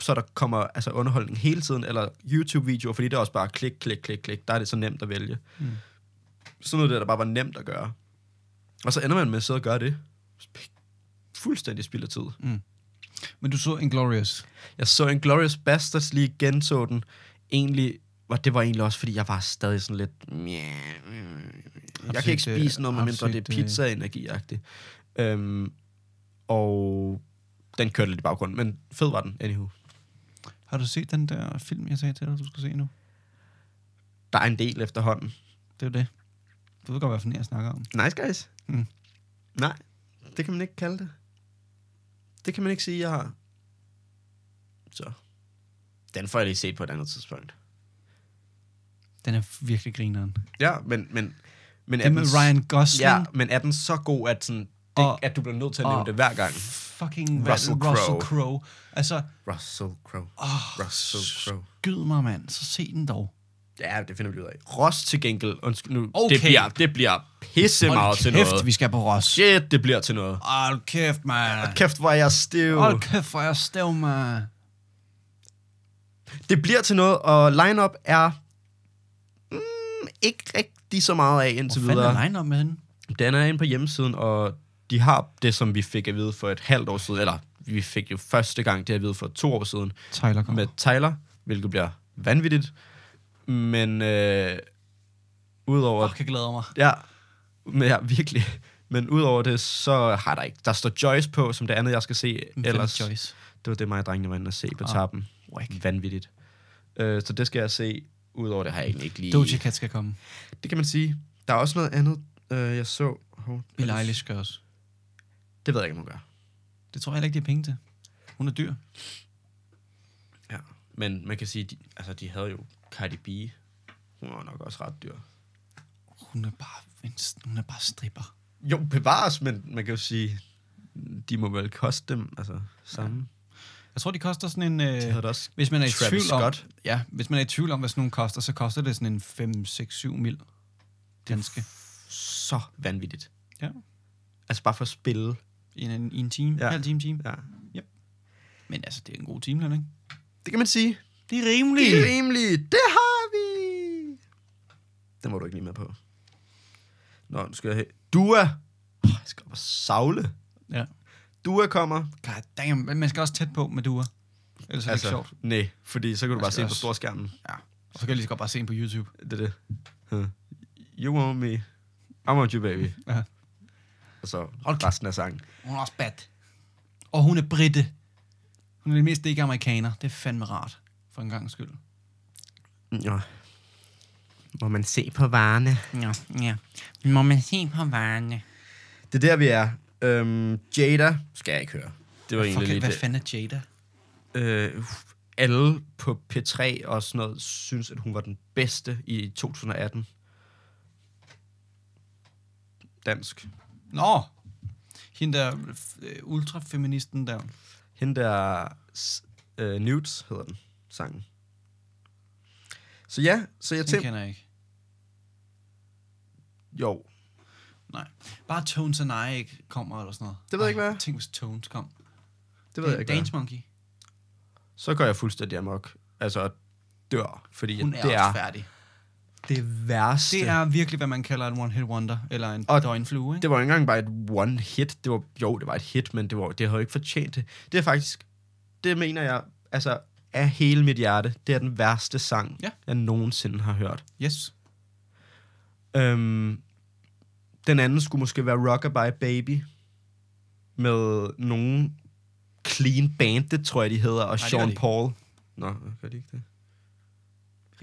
S2: så der kommer altså underholdning hele tiden, eller YouTube-videoer, fordi det er også bare klik, klik, klik, klik. Der er det så nemt at vælge.
S1: Mm.
S2: Mm. Sådan noget der, der bare var nemt at gøre. Og så ender man med at sidde og gøre det. Fuldstændig spild af tid.
S1: Men du så Inglourious.
S2: Jeg så en Glorious Bastards lige genså den. Egentlig, og det var egentlig også, fordi jeg var stadig sådan lidt... meh, Jeg
S1: Absolut,
S2: kan ikke
S1: øh,
S2: spise noget, mindre det er
S1: absolut, øh.
S2: pizza-energiagtigt. Øhm, og den kørte lidt i baggrunden, men fed var den, anywho.
S1: Har du set den der film, jeg sagde til dig, du skulle se nu?
S2: Der er en del efterhånden.
S1: Det er jo det. Du ved godt, hvad for en, jeg snakker om.
S2: Nice guys.
S1: Mm.
S2: Nej, det kan man ikke kalde det. Det kan man ikke sige, jeg har. Så. Den får jeg lige set på et andet tidspunkt.
S1: Den er virkelig grineren.
S2: Ja, men... men men er
S1: Det
S2: den
S1: med
S2: s-
S1: Ryan Gosling.
S2: Ja, men er den så god, at, sådan, det,
S1: Og-
S2: at du bliver nødt til at nævne
S1: og-
S2: det hver gang?
S1: Fucking hvad-
S2: Russell Crowe.
S1: Russell Crowe. Altså,
S2: Russell Crowe.
S1: åh,
S2: Russell Crowe.
S1: skyd mig, mand. Så se den dog.
S2: Ja, det finder vi ud af. Ross til gengæld. Undskyld, nu,
S1: Okay.
S2: okay. det, bliver, det bliver pisse meget til noget.
S1: vi skal på Ross.
S2: Shit, det bliver til noget.
S1: Hold kæft, mand.
S2: Kæft, hvor er jeg stiv.
S1: Hold kæft, hvor jeg stæv, mand.
S2: Det bliver til noget, og lineup er mm, ikke rigtig så meget af indtil
S1: Hvor
S2: videre.
S1: fanden er line op med hende?
S2: Den er inde på hjemmesiden, og de har det, som vi fik at vide for et halvt år siden, eller vi fik jo første gang det at vide for to år siden,
S1: Tyler kommer.
S2: med Tyler, hvilket bliver vanvittigt. Men øh, udover...
S1: Fuck, jeg glæder mig.
S2: Ja, men ja, virkelig. Men udover det, så har der ikke... Der står Joyce på, som det andet, jeg skal se. Ellers,
S1: Ellers. Joyce.
S2: det var det, mig og drengene var inde og se på
S1: Ah,
S2: tappen.
S1: whack.
S2: Vanvittigt. Øh, så det skal jeg se. Udover det har jeg egentlig ikke lige...
S1: Doja Cat skal komme.
S2: Det kan man sige. Der er også noget andet, øh, jeg så... Hov,
S1: Billie Eilish skal også.
S2: Det ved jeg ikke, om hun gør.
S1: Det tror jeg heller ikke, de har penge til. Hun er dyr.
S2: Ja. Men man kan sige, de, altså, de havde jo Cardi B. Hun var nok også ret dyr.
S1: Hun er bare, en, hun er bare stripper.
S2: Jo, bevares, men man kan jo sige, de må vel koste dem, altså samme.
S1: Jeg tror, de koster sådan en... Øh,
S2: Ja. havde det også.
S1: Hvis man er i
S2: Travis
S1: tvivl om,
S2: Scott.
S1: ja, hvis man er i tvivl om, hvad sådan nogle koster, så koster det sådan en 5, 6, 7 mil danske
S2: Så vanvittigt.
S1: Ja.
S2: Altså bare for at spille.
S1: i en, i en time, ja.
S2: Ja.
S1: halv time, time. Ja.
S2: Ja.
S1: Men altså, det er en god timeløn, ikke?
S2: Det kan man sige.
S1: Det er
S2: Det
S1: rimeligt.
S2: er rimeligt. Det har vi. Den var du ikke lige med på. Nå, nu skal jeg have... Dua. Åh, Jeg skal op og savle.
S1: Ja.
S2: Dua kommer.
S1: God damn, men man skal også tæt på med duer. Ellers er det altså. ikke sjovt.
S2: nej, fordi så kan du
S1: Jeg
S2: bare
S1: skal
S2: se den på
S1: også-
S2: storskærmen.
S1: Ja. Og så kan jeg lige så godt bare se en på YouTube.
S2: Det er det. Huh. You want me. I want you, baby.
S1: Ja.
S2: Og så resten af sangen.
S1: Hun er også bad. Og hun er britte. Hun er det mest ikke amerikaner. Det er fandme rart. For en gang skyld.
S2: Ja. Må man se på varerne.
S1: Ja, ja. Må man se på varerne?
S2: Det er der, vi er. Øhm, Jada skal jeg ikke høre. Det var egentlig
S1: Fuck,
S2: lige
S1: hvad
S2: det.
S1: fanden er Jada?
S2: Øh, uff, alle på P3 og sådan noget, synes, at hun var den bedste i 2018. Dansk.
S1: Nå! Hende der øh, ultrafeministen der.
S2: Hende der s- øh, Nudes hedder den sangen. Så ja, så jeg
S1: Den
S2: tænkte...
S1: kender jeg ikke.
S2: Jo,
S1: Nej. Bare Tones and I ikke kommer eller sådan noget.
S2: Det ved jeg ikke, hvad er.
S1: Tænk, hvis Tones kom. Det,
S2: det ved jeg ikke. hvad
S1: Dance Monkey.
S2: er. Så går jeg fuldstændig amok. Altså og dør, fordi
S1: Hun er,
S2: det
S1: også
S2: er
S1: færdig.
S2: det værste.
S1: Det er virkelig, hvad man kalder en one-hit wonder, eller en
S2: Og
S1: døgnflue, ikke?
S2: Det var ikke engang bare et one hit. Det var, jo, det var et hit, men det, var, det havde jo ikke fortjent det. Det er faktisk, det mener jeg, altså af hele mit hjerte, det er den værste sang,
S1: Ja.
S2: jeg nogensinde har hørt.
S1: Yes.
S2: Øhm, den anden skulle måske være Rockabye Baby, med nogen clean band, det tror jeg, de hedder, og
S1: det gør
S2: Sean
S1: de ikke.
S2: Paul. Nå, gør de ikke det?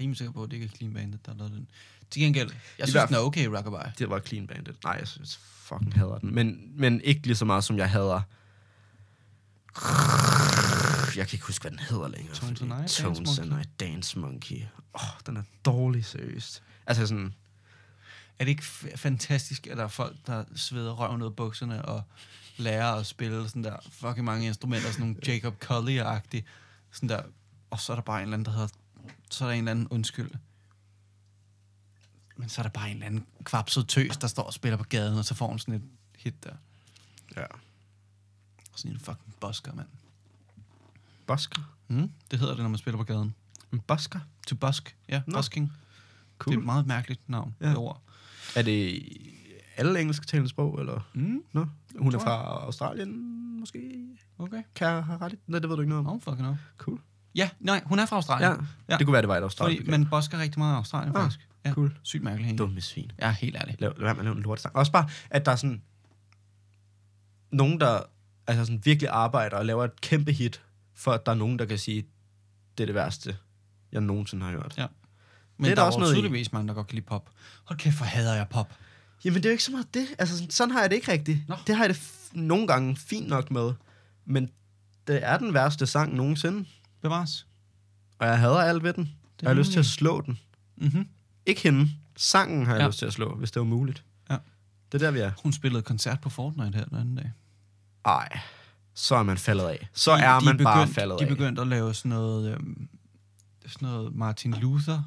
S1: Rimelig sikker på, at det ikke er Clean Bandit, der lavede den. Til gengæld, jeg synes,
S2: hvert-
S1: den er okay, Rockabye.
S2: Det var Clean Bandit. Nej, jeg synes, fucking hader den. Men, men ikke lige så meget, som jeg hader... Jeg kan ikke huske, hvad den hedder længere.
S1: Tones
S2: fordi-
S1: and I Dance
S2: Tones and I Dance Monkey. Åh, oh, den er dårlig, seriøst. Altså sådan...
S1: Er det ikke f- fantastisk, at der er folk, der sveder røven ud af bukserne og lærer at spille sådan der fucking mange instrumenter, sådan nogle Jacob Collier-agtige, sådan der, og så er der bare en eller anden, der hedder, så er der en eller anden, undskyld, men så er der bare en eller anden kvapset tøs, der står og spiller på gaden, og så får hun sådan et hit der.
S2: Ja.
S1: Sådan en fucking busker, mand.
S2: Busker?
S1: Mm, det hedder det, når man spiller på gaden.
S2: En busker?
S1: To busk, ja,
S2: Nå,
S1: busking. Cool. Det er et meget mærkeligt navn,
S2: Ja.
S1: ja. ord.
S2: Er det i alle engelsktalende sprog, eller?
S1: Mm,
S2: Nå, hun er
S1: Tror
S2: fra Australien, måske?
S1: okay.
S2: Kan jeg have ret? i- Nej, det ved du ikke noget om.
S1: Oh, fucking no.
S2: Cool.
S1: Ja, nej, hun er fra Australien.
S2: Ja, ja. det kunne være, det var et Australien.
S1: Fordi man bosker rigtig meget i Australien,
S2: Ah,
S1: faktisk. Ja.
S2: cool.
S1: Sygt mærkeligt. egentlig.
S2: Dumme svin.
S1: Ja, helt ærligt.
S2: Lav, lad være med at lave en lortesang. Også bare, at der er sådan... Nogen, der altså sådan virkelig arbejder og laver et kæmpe hit, for at der er nogen, der kan sige, det er det værste, jeg nogensinde har hørt.
S1: Ja. Men
S2: Det
S1: det
S2: er
S1: er
S2: der
S1: der,
S2: også
S1: er
S2: noget i.
S1: jo tydeligvis mange, der godt kan lide pop. Hold kæft, hvor hader jeg pop.
S2: Jamen, det er jo ikke så meget det. Altså, sådan, sådan har jeg det ikke rigtigt.
S1: Nå.
S2: Det har jeg det f- nogle gange fint nok med. Men det er den værste sang nogensinde.
S1: Bevares.
S2: Og jeg hader alt ved den. Og jeg har lyst til at slå den.
S1: Mm-hmm.
S2: Ikke hende. Sangen har jeg ja.
S1: Ja.
S2: lyst til at slå, hvis det var muligt.
S1: Ja.
S2: Det er der, vi er.
S1: Hun spillede koncert på Fortnite her den anden dag.
S2: Ej, så er man faldet af. Så er man bare faldet
S1: De
S2: af.
S1: begyndte at lave sådan noget, øhm, sådan noget Martin Luther,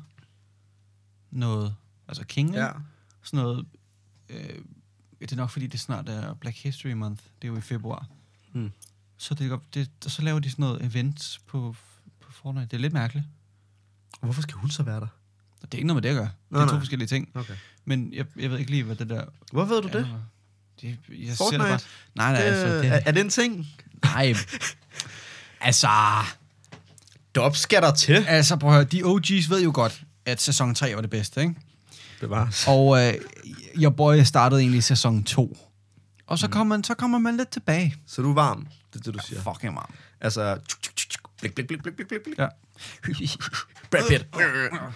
S1: noget, altså King,
S2: Ja.
S1: ja. sådan noget, øh, det er nok fordi, det snart er Black History Month, det er jo i februar.
S2: Hmm.
S1: Så, det, er godt- det, og så laver de sådan noget events på, på Fortnite. Det er lidt mærkeligt.
S2: Hvorfor skal hun så være der?
S1: Og det er ikke noget med det at gøre. Det
S2: Nå,
S1: er to
S2: nej.
S1: forskellige ting.
S2: Okay.
S1: Men jeg, jeg ved ikke lige, hvad det der...
S2: Hvor ved du
S1: er,
S2: det?
S1: eller- det jeg ser det
S2: Fortnite?
S1: bare. Nej, nej,
S2: det,
S1: altså...
S2: er,
S1: Det,
S2: er det en ting? [LAUGHS]
S1: nej. altså...
S2: Dop skal der til.
S1: Altså, prøv at høre. De OG's ved jo godt, at sæson 3 var det bedste, ikke?
S2: Det var.
S1: Og øh, jeg boy startede egentlig i sæson 2. Og så, mm. kommer man, så kommer man lidt tilbage.
S2: Så du er varm, det er det, du siger.
S1: Fucking varm.
S2: Altså, tjuk, tjuk, tjuk, tjuk. blik, blik, blik, blik, blik, blik, Øh, blik.
S1: Ja.
S2: Brad Pitt.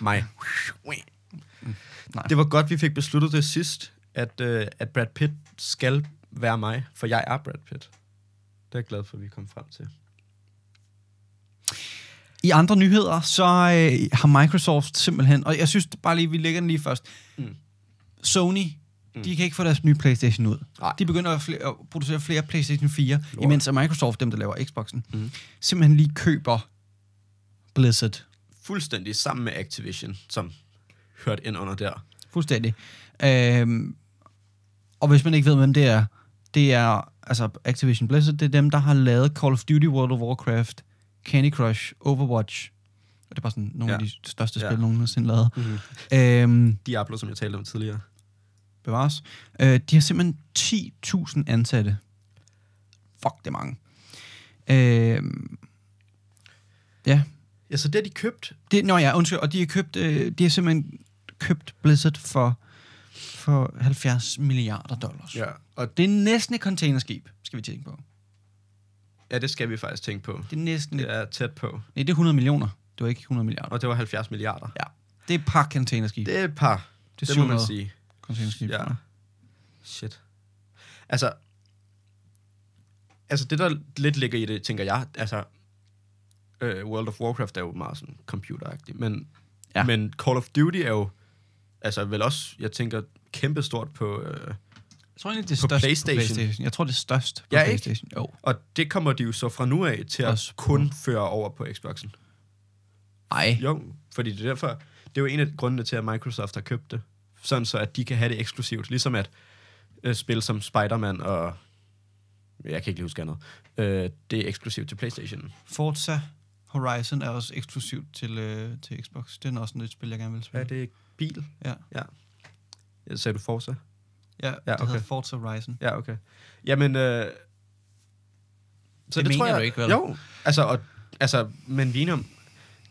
S2: Mig. Mm.
S1: Nej.
S2: Det var godt, vi fik besluttet det sidst, at, øh, at Brad Pitt skal være mig, for jeg er Brad Pitt. Det er jeg glad for, at vi kom frem til.
S1: I andre nyheder, så øh, har Microsoft simpelthen... Og jeg synes bare lige, vi lægger den lige først.
S2: Mm.
S1: Mm. Sony, mm. de kan ikke få deres nye PlayStation ud.
S2: Nej.
S1: De begynder at, flere, at producere flere PlayStation 4, Lort. imens at Microsoft, dem der laver Xboxen,
S2: Mm.
S1: mm. simpelthen lige køber Blizzard.
S2: Fuldstændig sammen med Activision, som hørte ind under der.
S1: Fuldstændig. Øhm, og hvis man ikke ved, hvem det er, det er altså Activision Blizzard, det er dem, der har lavet Call of Duty, World of Warcraft, Candy Crush, Overwatch, og det er bare sådan nogle ja. af
S2: Ja.
S1: de største spil,
S2: Ja.
S1: ja. nogen nogensinde lavet.
S2: Mhm.
S1: Øhm,
S2: Diablo, som jeg talte om tidligere.
S1: bevares. Øh, de har simpelthen 10.000 ansatte. Fuck, det er mange. Øh, ja.
S2: Ja, så det har de købt.
S1: Det, nå ja, undskyld. Og de har, købt, øh, de har simpelthen købt Blizzard for, for 70 milliarder dollars.
S2: Ja, og
S1: Det er næsten et containerskib, skal vi tænke på.
S2: ja, det skal vi faktisk tænke på.
S1: Det er næsten...
S2: Det
S1: Ja.
S2: er tæt på.
S1: Nej, det er 100 millioner. Det var ikke 100 milliarder.
S2: Og det var 70 milliarder.
S1: Ja. Det er et par containerskib. Det,
S2: Det er et par.
S1: det,
S2: Det,
S1: er
S2: det
S1: 700
S2: må man sige.
S1: containerskib.
S2: Ja.
S1: tror jeg.
S2: Shit. Altså, altså det, der lidt ligger i det, tænker jeg, altså, øh, World of Warcraft er jo meget sådan computeragtigt, men, ja.
S1: Ja.
S2: men Call of Duty er jo, altså vel også, jeg tænker, kæmpestort på, øh,
S1: Jeg tror egentlig, det er
S2: På
S1: størst
S2: PlayStation.
S1: på PlayStation. Jeg tror, det er størst på
S2: Ja, ikke?
S1: PlayStation. Jo.
S2: og det kommer de jo så fra nu af til at
S1: Også på-
S2: kun føre over på Xboxen.
S1: Ej.
S2: Jo, fordi det er derfor, det er jo en af grundene til, at Microsoft har købt det. Sådan så, at de kan have det eksklusivt. Ligesom at øh, spil som Spider-Man og... Jeg kan ikke lige huske andet. Øh, det er eksklusivt til Playstation.
S1: Forza Horizon er også eksklusivt til, øh, til Xbox. Det er også noget spil, jeg gerne vil spille.
S2: Hvad er det? Bil?
S1: Ja.
S2: Ja. ja sagde du Forza?
S1: Ja, ja det
S2: okay.
S1: hedder Forza Horizon.
S2: Ja, okay. Jamen, øh, så det,
S1: mener du ikke, vel?
S2: Jo, altså, og, altså men Vinum,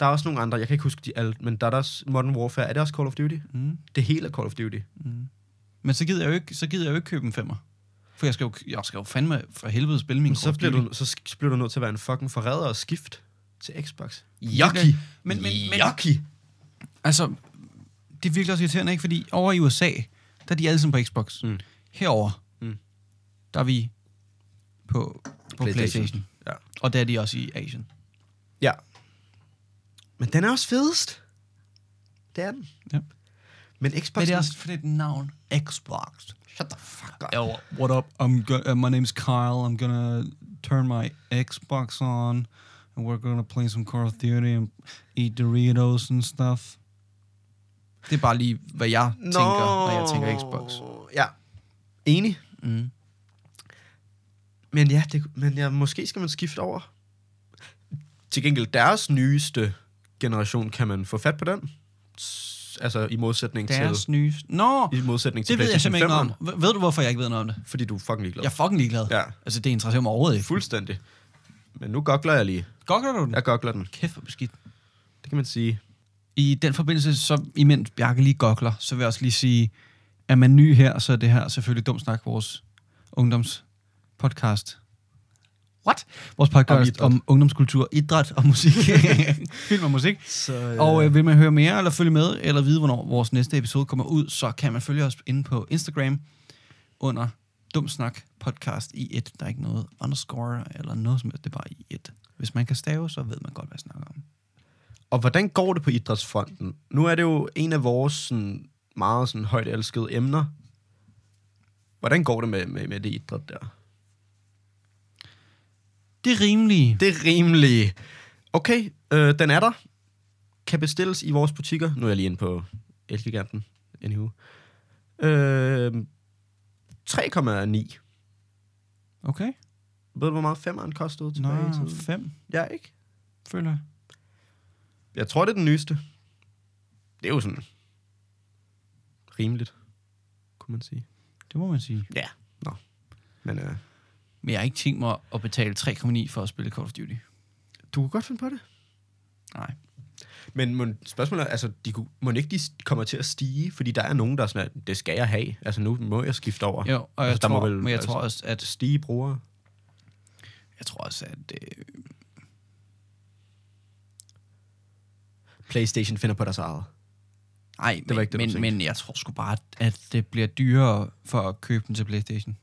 S2: der er også nogle andre, jeg kan ikke huske de alle, men der er der også Modern Warfare, er det også Call of Duty?
S1: Mm.
S2: Det hele er Call of Duty.
S1: Men så gider jeg jo ikke, så gider jeg jo ikke købe en femmer. For jeg skal jo, jeg skal jo fandme for helvede spille min
S2: Men så
S1: Call of
S2: bliver,
S1: Duty.
S2: du, så sk- bliver du nødt til at være en fucking forræder og skift til Xbox.
S1: Yucky.
S2: Men, men, men,
S1: Yucky. Altså, det er virkelig også irriterende, ikke? Fordi over i USA, der er de alle sammen på Xbox.
S2: Mm.
S1: Herover,
S2: Mm.
S1: der er vi på, på PlayStation. PlayStation.
S2: Ja.
S1: Og der er de også i Asien.
S2: ja. Men den er også fedest. Det er den.
S1: Ja.
S2: Men Xbox...
S1: Men det er også fordi det er et navn. Xbox.
S2: Shut the fuck up.
S1: Yo, what up? I'm go- uh, my name's Kyle. I'm gonna turn my Xbox on, and we're gonna play some Call of Duty and eat Doritos and stuff. Det er bare lige, hvad jeg tænker, når jeg tænker Xbox.
S2: Ja. Enig.
S1: Mm.
S2: Men ja, det, men ja, måske skal man skifte over. Til gengæld, deres nyeste generation, kan man få fat på den? S- Altså i modsætning
S1: Deres
S2: til...
S1: nye... Nå,
S2: I modsætning til
S1: det ved jeg
S2: PlayStation
S1: simpelthen ikke
S2: 5'eren,
S1: noget om. Ved- Ved du, hvorfor jeg ikke ved noget om det?
S2: Fordi du er fucking ligeglad.
S1: Jeg er fucking ligeglad.
S2: Ja.
S1: Altså, det interesserer mig overhovedet ikke.
S2: Fuldstændig. Men nu gokler jeg lige.
S1: Godt gør du den.
S2: Jeg gokler den.
S1: Kæft, hvor beskidt.
S2: Det kan man sige.
S1: I den forbindelse, så imens Bjarke lige gokler, så vil jeg også lige sige, er man ny her, så er det her selvfølgelig Dum Snak, vores ungdomspodcast. What? Vores
S2: Om
S1: podcast
S2: idræt.
S1: om, om ungdomskultur, idræt og musik. [LAUGHS] Film og musik.
S2: Så, øh,
S1: Og øh, vil man høre mere, eller følge med, eller vide, hvornår vores næste episode kommer ud, så kan man følge os inde på Instagram under Dumsnak Podcast i et. Der er ikke noget underscore eller noget som helst, det er bare i et. Hvis man kan stave, så ved man godt, hvad jeg snakker om.
S2: og hvordan går det på idrætsfronten? Nu er det jo en af vores sådan, meget sådan, højt elskede emner. Hvordan går det med, med, med det idræt der?
S1: Det er rimelige.
S2: Det er rimeligt. Okay, øh, den er der. Kan bestilles i vores butikker. Nu er jeg lige inde på Elgiganten. Anywho. Øh, 3,9.
S1: Okay.
S2: Ved du, hvor meget 5'eren kostede
S1: Nå,
S2: tilbage i tiden?
S1: fem,
S2: Ja, ikke?
S1: føler jeg.
S2: Jeg tror, det er den nyeste. Det er jo sådan rimeligt, kunne man sige.
S1: Det må man sige.
S2: Ja. Nå. Men øh,
S1: Men jeg har ikke tænkt mig at betale 3,9 for at spille Call of Duty.
S2: du kunne godt finde på det.
S1: Nej.
S2: Men må, spørgsmålet er, altså, de kunne, må ikke de kommer til at stige? Fordi der er nogen, der er sådan, at det skal jeg have. Altså, nu må jeg skifte over.
S1: Jo, og jeg
S2: Altså,
S1: altså,
S2: der må
S1: tror,
S2: vel-
S1: men jeg
S2: altså-
S1: tror også, at...
S2: Stige brugere.
S1: Jeg tror også, at... Øh,
S2: PlayStation finder på deres eget.
S1: ej, det
S2: var
S1: men,
S2: ikke det, du
S1: men,
S2: tænkte.
S1: men jeg tror sgu bare, at det bliver dyrere for at købe den til Playstation.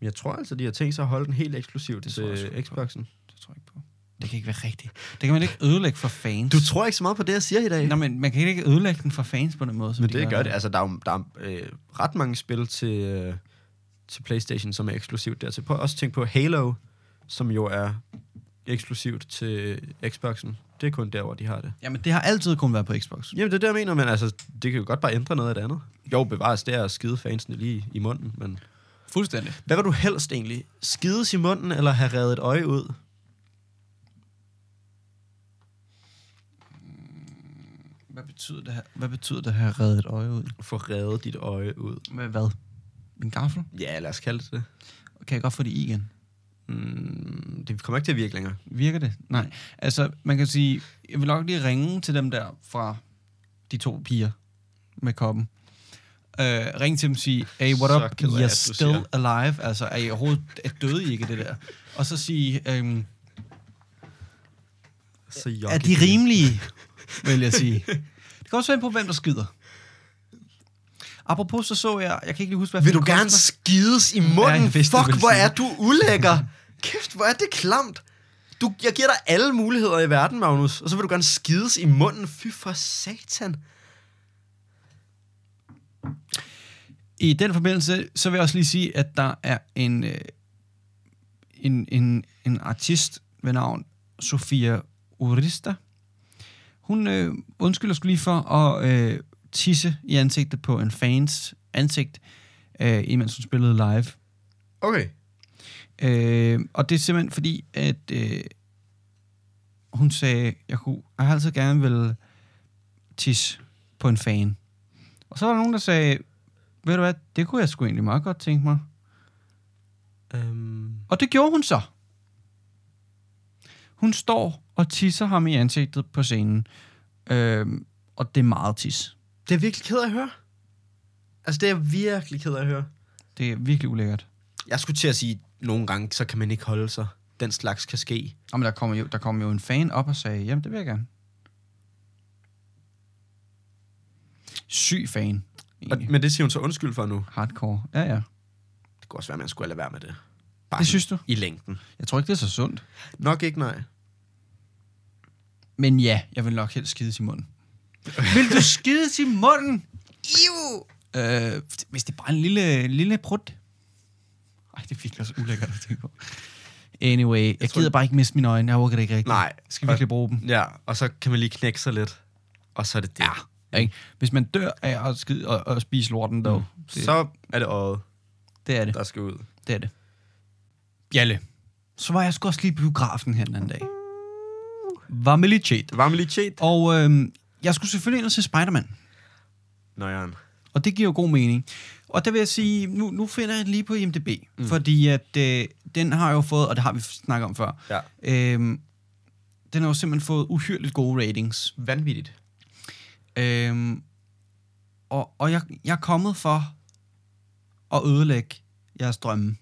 S2: Men jeg tror altså, de har tænkt sig at holde den helt eksklusivt
S1: Det
S2: det
S1: tror jeg sgu
S2: til
S1: ikke på.
S2: Xboxen.
S1: Det tror jeg ikke på. Det kan ikke være rigtigt. Det kan man ikke ødelægge for fans.
S2: Du tror ikke så meget på det, jeg siger i dag.
S1: Nå, men man kan ikke ødelægge den for fans på den måde, som
S2: Men
S1: de
S2: det gør
S1: nu.
S2: det. Altså, der er, jo- der er øh, ret mange spil til, øh, til PlayStation, som er eksklusivt dertil. Prøv også at tænke på Halo, som jo er eksklusivt til øh, Xboxen. Det er kun der, hvor de har det.
S1: Jamen, det har altid kun været på Xbox.
S2: Jamen, det er det, jeg mener, men altså, det kan jo godt bare ændre noget af det andet. Jo, bevares det er at skide fansene lige i munden, men...
S1: Fuldstændig.
S2: Hvad vil du helst egentlig? Skides i munden, eller have reddet et øje ud?
S1: Hvad betyder det her? Hvad betyder det her reddet øje ud?
S2: Få reddet dit øje ud.
S1: Med hvad? En gaffel?
S2: Ja, lad os kalde det det.
S1: Kan jeg godt få det i igen?
S2: Mm, det kommer ikke til at virke længere.
S1: Virker det?
S2: Mm.
S1: Nej. Altså, man kan sige, jeg vil nok lige ringe til dem der fra de to piger med koppen. Uh, ring til dem og sige, hey, what
S2: Så
S1: up,
S2: ked af,
S1: you're
S2: at du
S1: still
S2: siger.
S1: alive. Altså, er I overhovedet er døde I ikke det der? Og så sige, øhm,
S2: Så
S1: er de rimelige, vil jeg sige. Det kan også være på, hvem der skider. Apropos, så så jeg, jeg kan ikke lige huske, hvad
S2: Vil
S1: for
S2: du
S1: en
S2: gerne
S1: kunstner-
S2: skides i
S1: Ja, jeg
S2: munden? Ja,
S1: vidste, du
S2: Fuck,
S1: ville
S2: hvor
S1: sige
S2: er
S1: det.
S2: du ulækker. Kæft, hvor er det klamt. Du, jeg giver dig alle muligheder i verden, Magnus. Og så vil du gerne skides i munden. Fy for satan.
S1: I den forbindelse, så vil jeg også lige sige, at der er en, øh, en, en, en artist ved navn Sofia Urista. Hun øh, undskylder skulle lige for at øh, tisse i ansigtet på en fans ansigt, øh, imens hun spillede live.
S2: Okay.
S1: Øh, og det er simpelthen fordi, at øh, hun sagde, jeg, kunne, jeg har altid gerne vil tisse på en fan. Og så var der nogen, der sagde, ved du hvad, det kunne jeg sgu egentlig meget godt tænke mig.
S2: Um,
S1: Og det gjorde hun så. Hun står og tisser ham i ansigtet på scenen. Øh, og det er meget tis.
S2: det er jeg virkelig ked af at høre. Altså, det er jeg virkelig ked af at høre.
S1: Det er virkelig ulækkert.
S2: Jeg skulle til at sige, at nogle gange, så kan man ikke holde sig. den slags kan ske.
S1: Jamen, der kom, jo, der kom jo en fan op og sagde, jamen, det vil jeg gerne. Syg fan.
S2: Og,
S1: egentlig.
S2: men det siger hun så undskyld for nu.
S1: Hardcore. Ja, ja.
S2: Det kunne også være, at man skulle lade være med det. Bare
S1: Det
S2: sådan
S1: synes du?
S2: I længden.
S1: Jeg tror ikke, det er så sundt.
S2: Nok ikke, nej.
S1: Men ja, jeg vil nok helst skide i munden. vil du skide i munden? Iu! Øh, hvis det er bare en lille, en lille prut. Ej, det fik også ulækkert at tænke på. Anyway, jeg, jeg
S2: tror-
S1: gider bare ikke miste mine øjne. Jeg overgår det ikke rigtigt.
S2: Nej.
S1: Jeg skal virkelig bruge dem.
S2: Ja, og så kan man lige knække sig lidt. Og så er det det. Ja,
S1: Ikke? Hvis man dør af at skide og, og spise lorten, dog. Mm. Det,
S2: Så er det øjet,
S1: det er det.
S2: der skal ud.
S1: Det er det. Bjalle. Så var jeg sgu også lige i biografen her den anden dag. Var med lidt shit.
S2: Varmelitet.
S1: Og øhm, jeg skulle selvfølgelig ind og se Spider-Man.
S2: Nøjeren.
S1: Og det giver jo god mening. Og der vil jeg sige, nu, nu finder jeg den lige på IMDb. Mm. Fordi at øh, den har jo fået, og det har vi snakket om før,
S2: Ja.
S1: øhm, den har jo simpelthen fået uhyrligt gode ratings.
S2: Vanvittigt.
S1: Øhm, og og jeg, jeg er kommet for at ødelægge jeres drømme.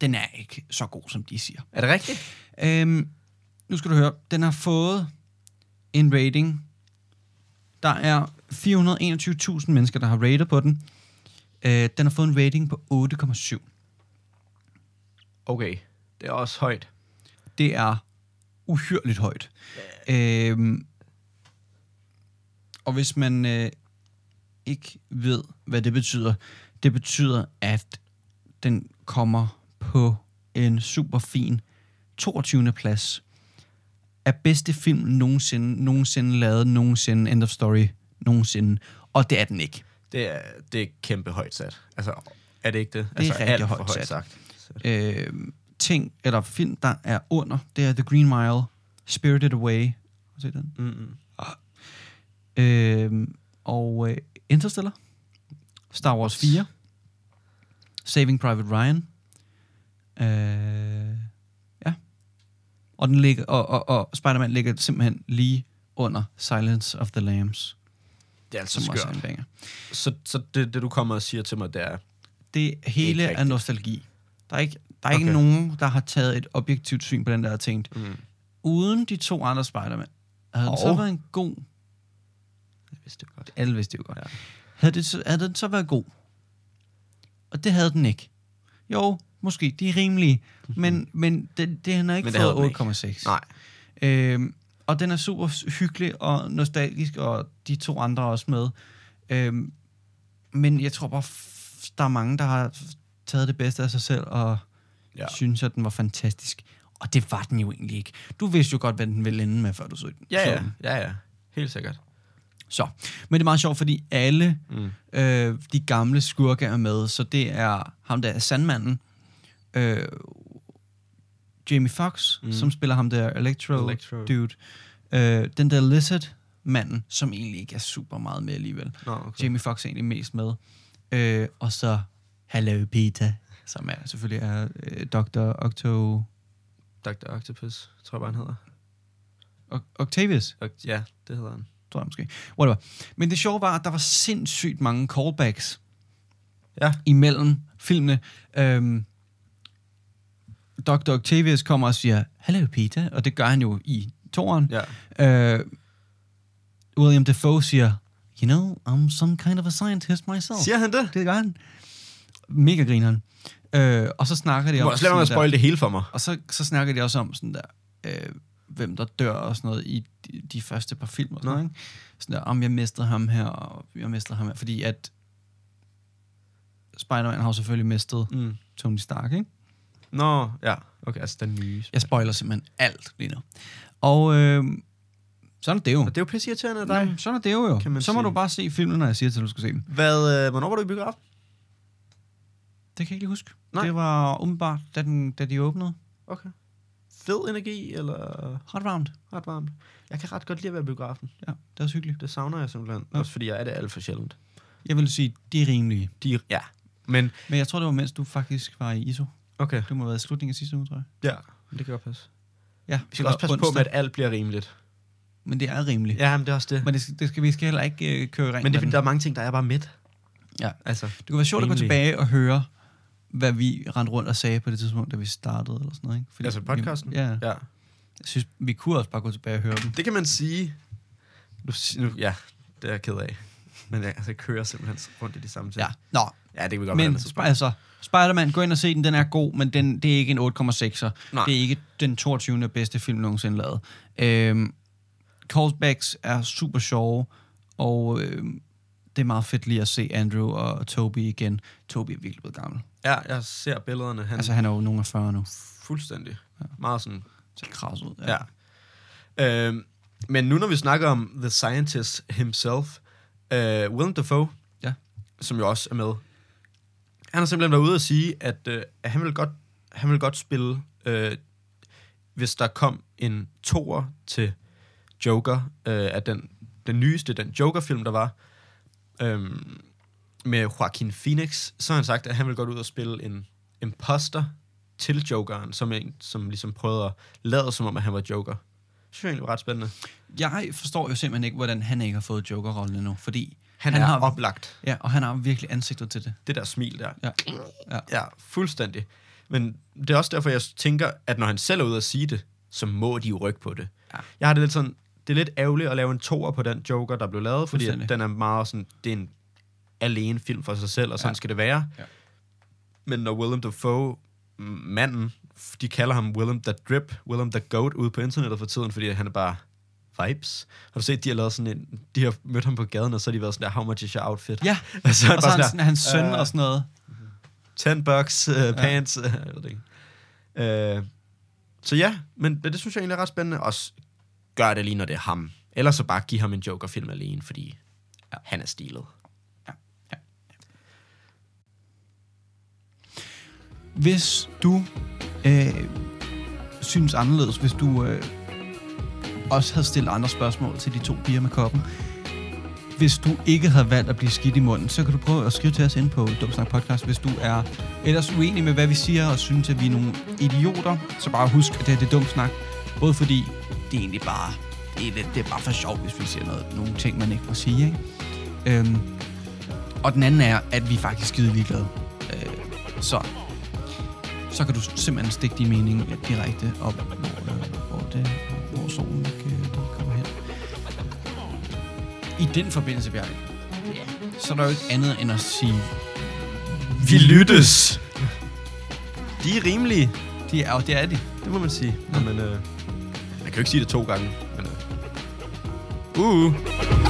S1: Den er ikke så god, som de siger.
S2: Er det rigtigt?
S1: Øhm, nu skal du høre. Den har fået en rating. Der er 421.000 mennesker, der har rated på den. Øh, den har fået en rating på 8,7.
S2: Okay. Det er også højt.
S1: Det er uhyrligt højt. Øhm, og hvis man øh, ikke ved, hvad det betyder, det betyder, at den kommer på en super fin 22. plads af bedste film nogensinde, nogensinde lavet, nogensinde, end of story, nogensinde. Og det er den ikke.
S2: Det er, det er kæmpe højt sat. Altså, er det ikke det? Det
S1: er rigtig højt sat. øh, ting, eller film, der er under, det er The Green Mile, Spirited Away, har du set den?
S2: Mm-mm.
S1: Øh, og øh, Interstellar, Star Wars 4, Saving Private Ryan, øh, ja, og, den ligger, og, og, og Spider-Man ligger simpelthen lige under Silence of the Lambs,
S2: Det er altså
S1: som også er
S2: skørt.
S1: en banger.
S2: Så, så det, det, du kommer og siger til mig, det er...
S1: Det hele
S2: Ikke
S1: er
S2: rigtigt.
S1: nostalgi. Der er ikke, der er ikke
S2: Okay.
S1: nogen, der har taget et objektivt syn på den der og tænkt,
S2: Mm.
S1: uden de to andre Spider-Man, havde den så
S2: Og-
S1: været en god...
S2: Jeg vidste det godt.
S1: Alle vidste det jo godt.
S2: Ja.
S1: Ja. Havde, det så, havde den så været god? Og det havde den ikke. Jo, måske. De er rimelige. Men, men det, det, han har ikke men
S2: Mhm. Men det havde den ikke.
S1: fået 8,6.
S2: Nej.
S1: Øhm, og den er super hyggelig og nostalgisk, og de to andre er også med. Øhm, men jeg tror bare, f- der er mange, der har f- taget det bedste af sig selv, og
S2: Ja.
S1: ja. synes, at den var fantastisk. Og det var den jo egentlig ikke. Du vidste jo godt, hvad den ville ende med, før du så den.
S2: Ja,
S1: så
S2: ja.
S1: den.
S2: Ja, ja. Helt sikkert.
S1: Så. Men det er meget sjovt, fordi alle
S2: Mm.
S1: øh, de gamle skurke er med. Så det er ham der, er Sandmanden. Øh, Jamie Fox, mm. som spiller ham der, Electro,
S2: Electro.
S1: Electro. Dude. Øh, den der Lizard-manden, som egentlig ikke er super meget med alligevel.
S2: Nå, okay.
S1: Jamie Fox er egentlig mest med. Øh, og så Hello Peter, som er, selvfølgelig er øh, Dr. Octo...
S2: Dr. Octopus, tror jeg bare, han hedder.
S1: Oc- Octavius?
S2: Og, ja, det hedder han.
S1: tror jeg måske. Whatever. Men det sjove var, at der var sindssygt mange callbacks
S2: Ja.
S1: imellem filmene. Øhm, Dr. Octavius kommer og siger, Hello Peter, og det gør han jo i toren.
S2: Ja.
S1: Øh, William Defoe siger, You know, I'm some kind of a scientist myself.
S2: Siger han det?
S1: Det gør han. Mega grineren. Øh, og så snakker de
S2: Du
S1: om...
S2: må også lade være med at
S1: sådan der-
S2: spoil det hele for mig.
S1: og så, så snakker de også om sådan der, øh, hvem der dør og sådan noget i de, de første par film og sådan
S2: Nå.
S1: noget, ikke? Sådan der, om jeg mistede ham her, og jeg mistede ham her. Fordi at Spider-Man har jo selvfølgelig mistet
S2: Mm.
S1: Tony Stark, ikke?
S2: Nå, ja. Okay, altså den nye.
S1: Jeg spoiler simpelthen alt lige nu. Og øh, sådan er det jo.
S2: Og det er jo pisse irriterende af dig.
S1: Nej, sådan er det jo
S2: Kan
S1: jo.
S2: man
S1: Så må
S2: sige.
S1: du bare se filmen, når jeg siger til, at du skal se den.
S2: Hvad, øh, hvornår var du i biografen?
S1: Det kan jeg ikke lige huske.
S2: Nej.
S1: Det var umiddelbart, da, den, da de åbnede.
S2: Okay. Fed energi, eller
S1: Ret varmt.
S2: ret varmt? Jeg kan ret godt lide at være i biografen.
S1: Ja, det var også hyggeligt.
S2: Det savner jeg simpelthen. Ja. Også fordi jeg er det alt for sjældent.
S1: Jeg vil sige, de er rimelige.
S2: De, ja. Men,
S1: Men jeg tror, det var mens du faktisk var i ISO.
S2: okay.
S1: Det må have været slutningen af sidste uge, tror jeg.
S2: Ja, det kan godt passe.
S1: Ja,
S2: Vi skal også passe på med, at alt bliver rimeligt.
S1: Men det er rimeligt. Ja.
S2: Ja, men det er også det. Men,
S1: Men det skal, det skal, vi skal heller ikke øh, køre i ring
S2: men det er
S1: med
S2: fordi,
S1: den.
S2: der er mange ting, der er bare midt.
S1: Ja.
S2: Altså,
S1: Det kunne være sjovt at gå
S2: Rimeligt.
S1: tilbage og høre, hvad vi rendte rundt og sagde på det tidspunkt, da vi startede eller sådan noget. Ikke?
S2: Altså podcasten?
S1: Vi, ja, ja.
S2: Ja.
S1: Jeg synes, vi kunne også bare gå tilbage og høre dem.
S2: Det kan man sige. Nu, si- nu, ja, det er jeg ked af. Men jeg altså, jeg kører simpelthen rundt i de samme ting.
S1: Ja, nå.
S2: ja det kan vi godt
S1: Men
S2: være.
S1: sp- altså, Spider-Man, gå ind og se den, den er god, men den, det er ikke en 8,6'er.
S2: Nej.
S1: Det er ikke den 22. bedste film nogensinde lavet. Øhm, callbacks er super sjove, og øhm, det er meget fedt lige at se Andrew og Toby igen. Toby er virkelig blevet gammel.
S2: Ja, jeg ser billederne.
S1: Altså,
S2: Han altså,
S1: han er jo nogen af 40 nu.
S2: fuldstændig meget sådan...
S1: Så kras ud.
S2: Ja. ja. Øhm, men nu når vi snakker om The Scientist himself, øh, Willem Dafoe,
S1: Ja.
S2: som jo også er med, han har simpelthen været ude og sige, at, øh, at han vil godt, han vil godt spille, øh, hvis der kom en toer til Joker, øh, at den, den nyeste, den Joker-film, der var, øh, med Joaquin Phoenix, så har han sagt, at han vil godt ud og spille en imposter til Jokeren, som, en, som ligesom prøvede at lade som om, at han var Joker. Det synes jeg egentlig var ret spændende.
S1: Jeg forstår jo simpelthen ikke, hvordan han ikke har fået Joker-rollen endnu, fordi
S2: Han, han er
S1: har,
S2: har... oplagt.
S1: ja, og han har virkelig ansigtet til det.
S2: Det der smil der.
S1: Ja. Ja.
S2: Ja, fuldstændig. Men det er også derfor, jeg tænker, at når han selv er ude at sige det, så må de jo rykke på det.
S1: Ja.
S2: Jeg har det lidt sådan, det er lidt ærgerligt at lave en toer på den Joker, der blev lavet, fordi
S1: Fuldstændig.
S2: at den er meget sådan, det er en alene film for sig selv, og sådan
S1: Ja.
S2: ja. skal det være.
S1: Ja.
S2: Men når Willem Dafoe, m- manden, f- de kalder ham Willem the Drip, Willem the Goat ude på internettet for tiden, fordi han er bare vibes. Har du set, de har lavet sådan en, de har mødt ham på gaden, og så har de været sådan der, how much is your outfit?
S1: Ja,
S2: og [LAUGHS] så er han
S1: og så har
S2: bare
S1: han,
S2: sådan
S1: sådan, hans søn
S2: øh,
S1: og sådan noget.
S2: 10 bucks, uh, pants, uh, jeg ved det ikke. Uh, så ja, men det, det synes jeg egentlig er ret spændende. Også gør det lige, når det er ham. Ellers så bare give ham en Joker-film alene, fordi ja. han er stilet.
S1: Hvis du øh, synes anderledes, hvis du øh, også havde stillet andre spørgsmål til de to piger med koppen, hvis du ikke havde valgt at blive skidt i munden, så kan du prøve at skrive til os ind på Dumsnak Podcast, hvis du er ellers uenig med, hvad vi siger, og synes, at vi er nogle idioter, så bare husk, at det her det er Dumsnak, både fordi det er egentlig bare, det er, lidt, det er bare for sjov, hvis vi siger noget, nogle ting, man ikke må sige, ikke? Øhm, og den anden er, at vi er faktisk skide ligeglade. Øh, så så kan du simpelthen stikke din mening øh, direkte op, hvor, øh, hvor, det, hvor solen ikke øh, lige kommer hen. I den forbindelse, Bjarke, så er der jo ikke andet end at sige,
S2: Vi lyttes! De er rimelige,
S1: de er, og det er de.
S2: det må øh, man øh. sige. Ja. Men, uh, man kan jo ikke sige det to gange. Men, uh, uh.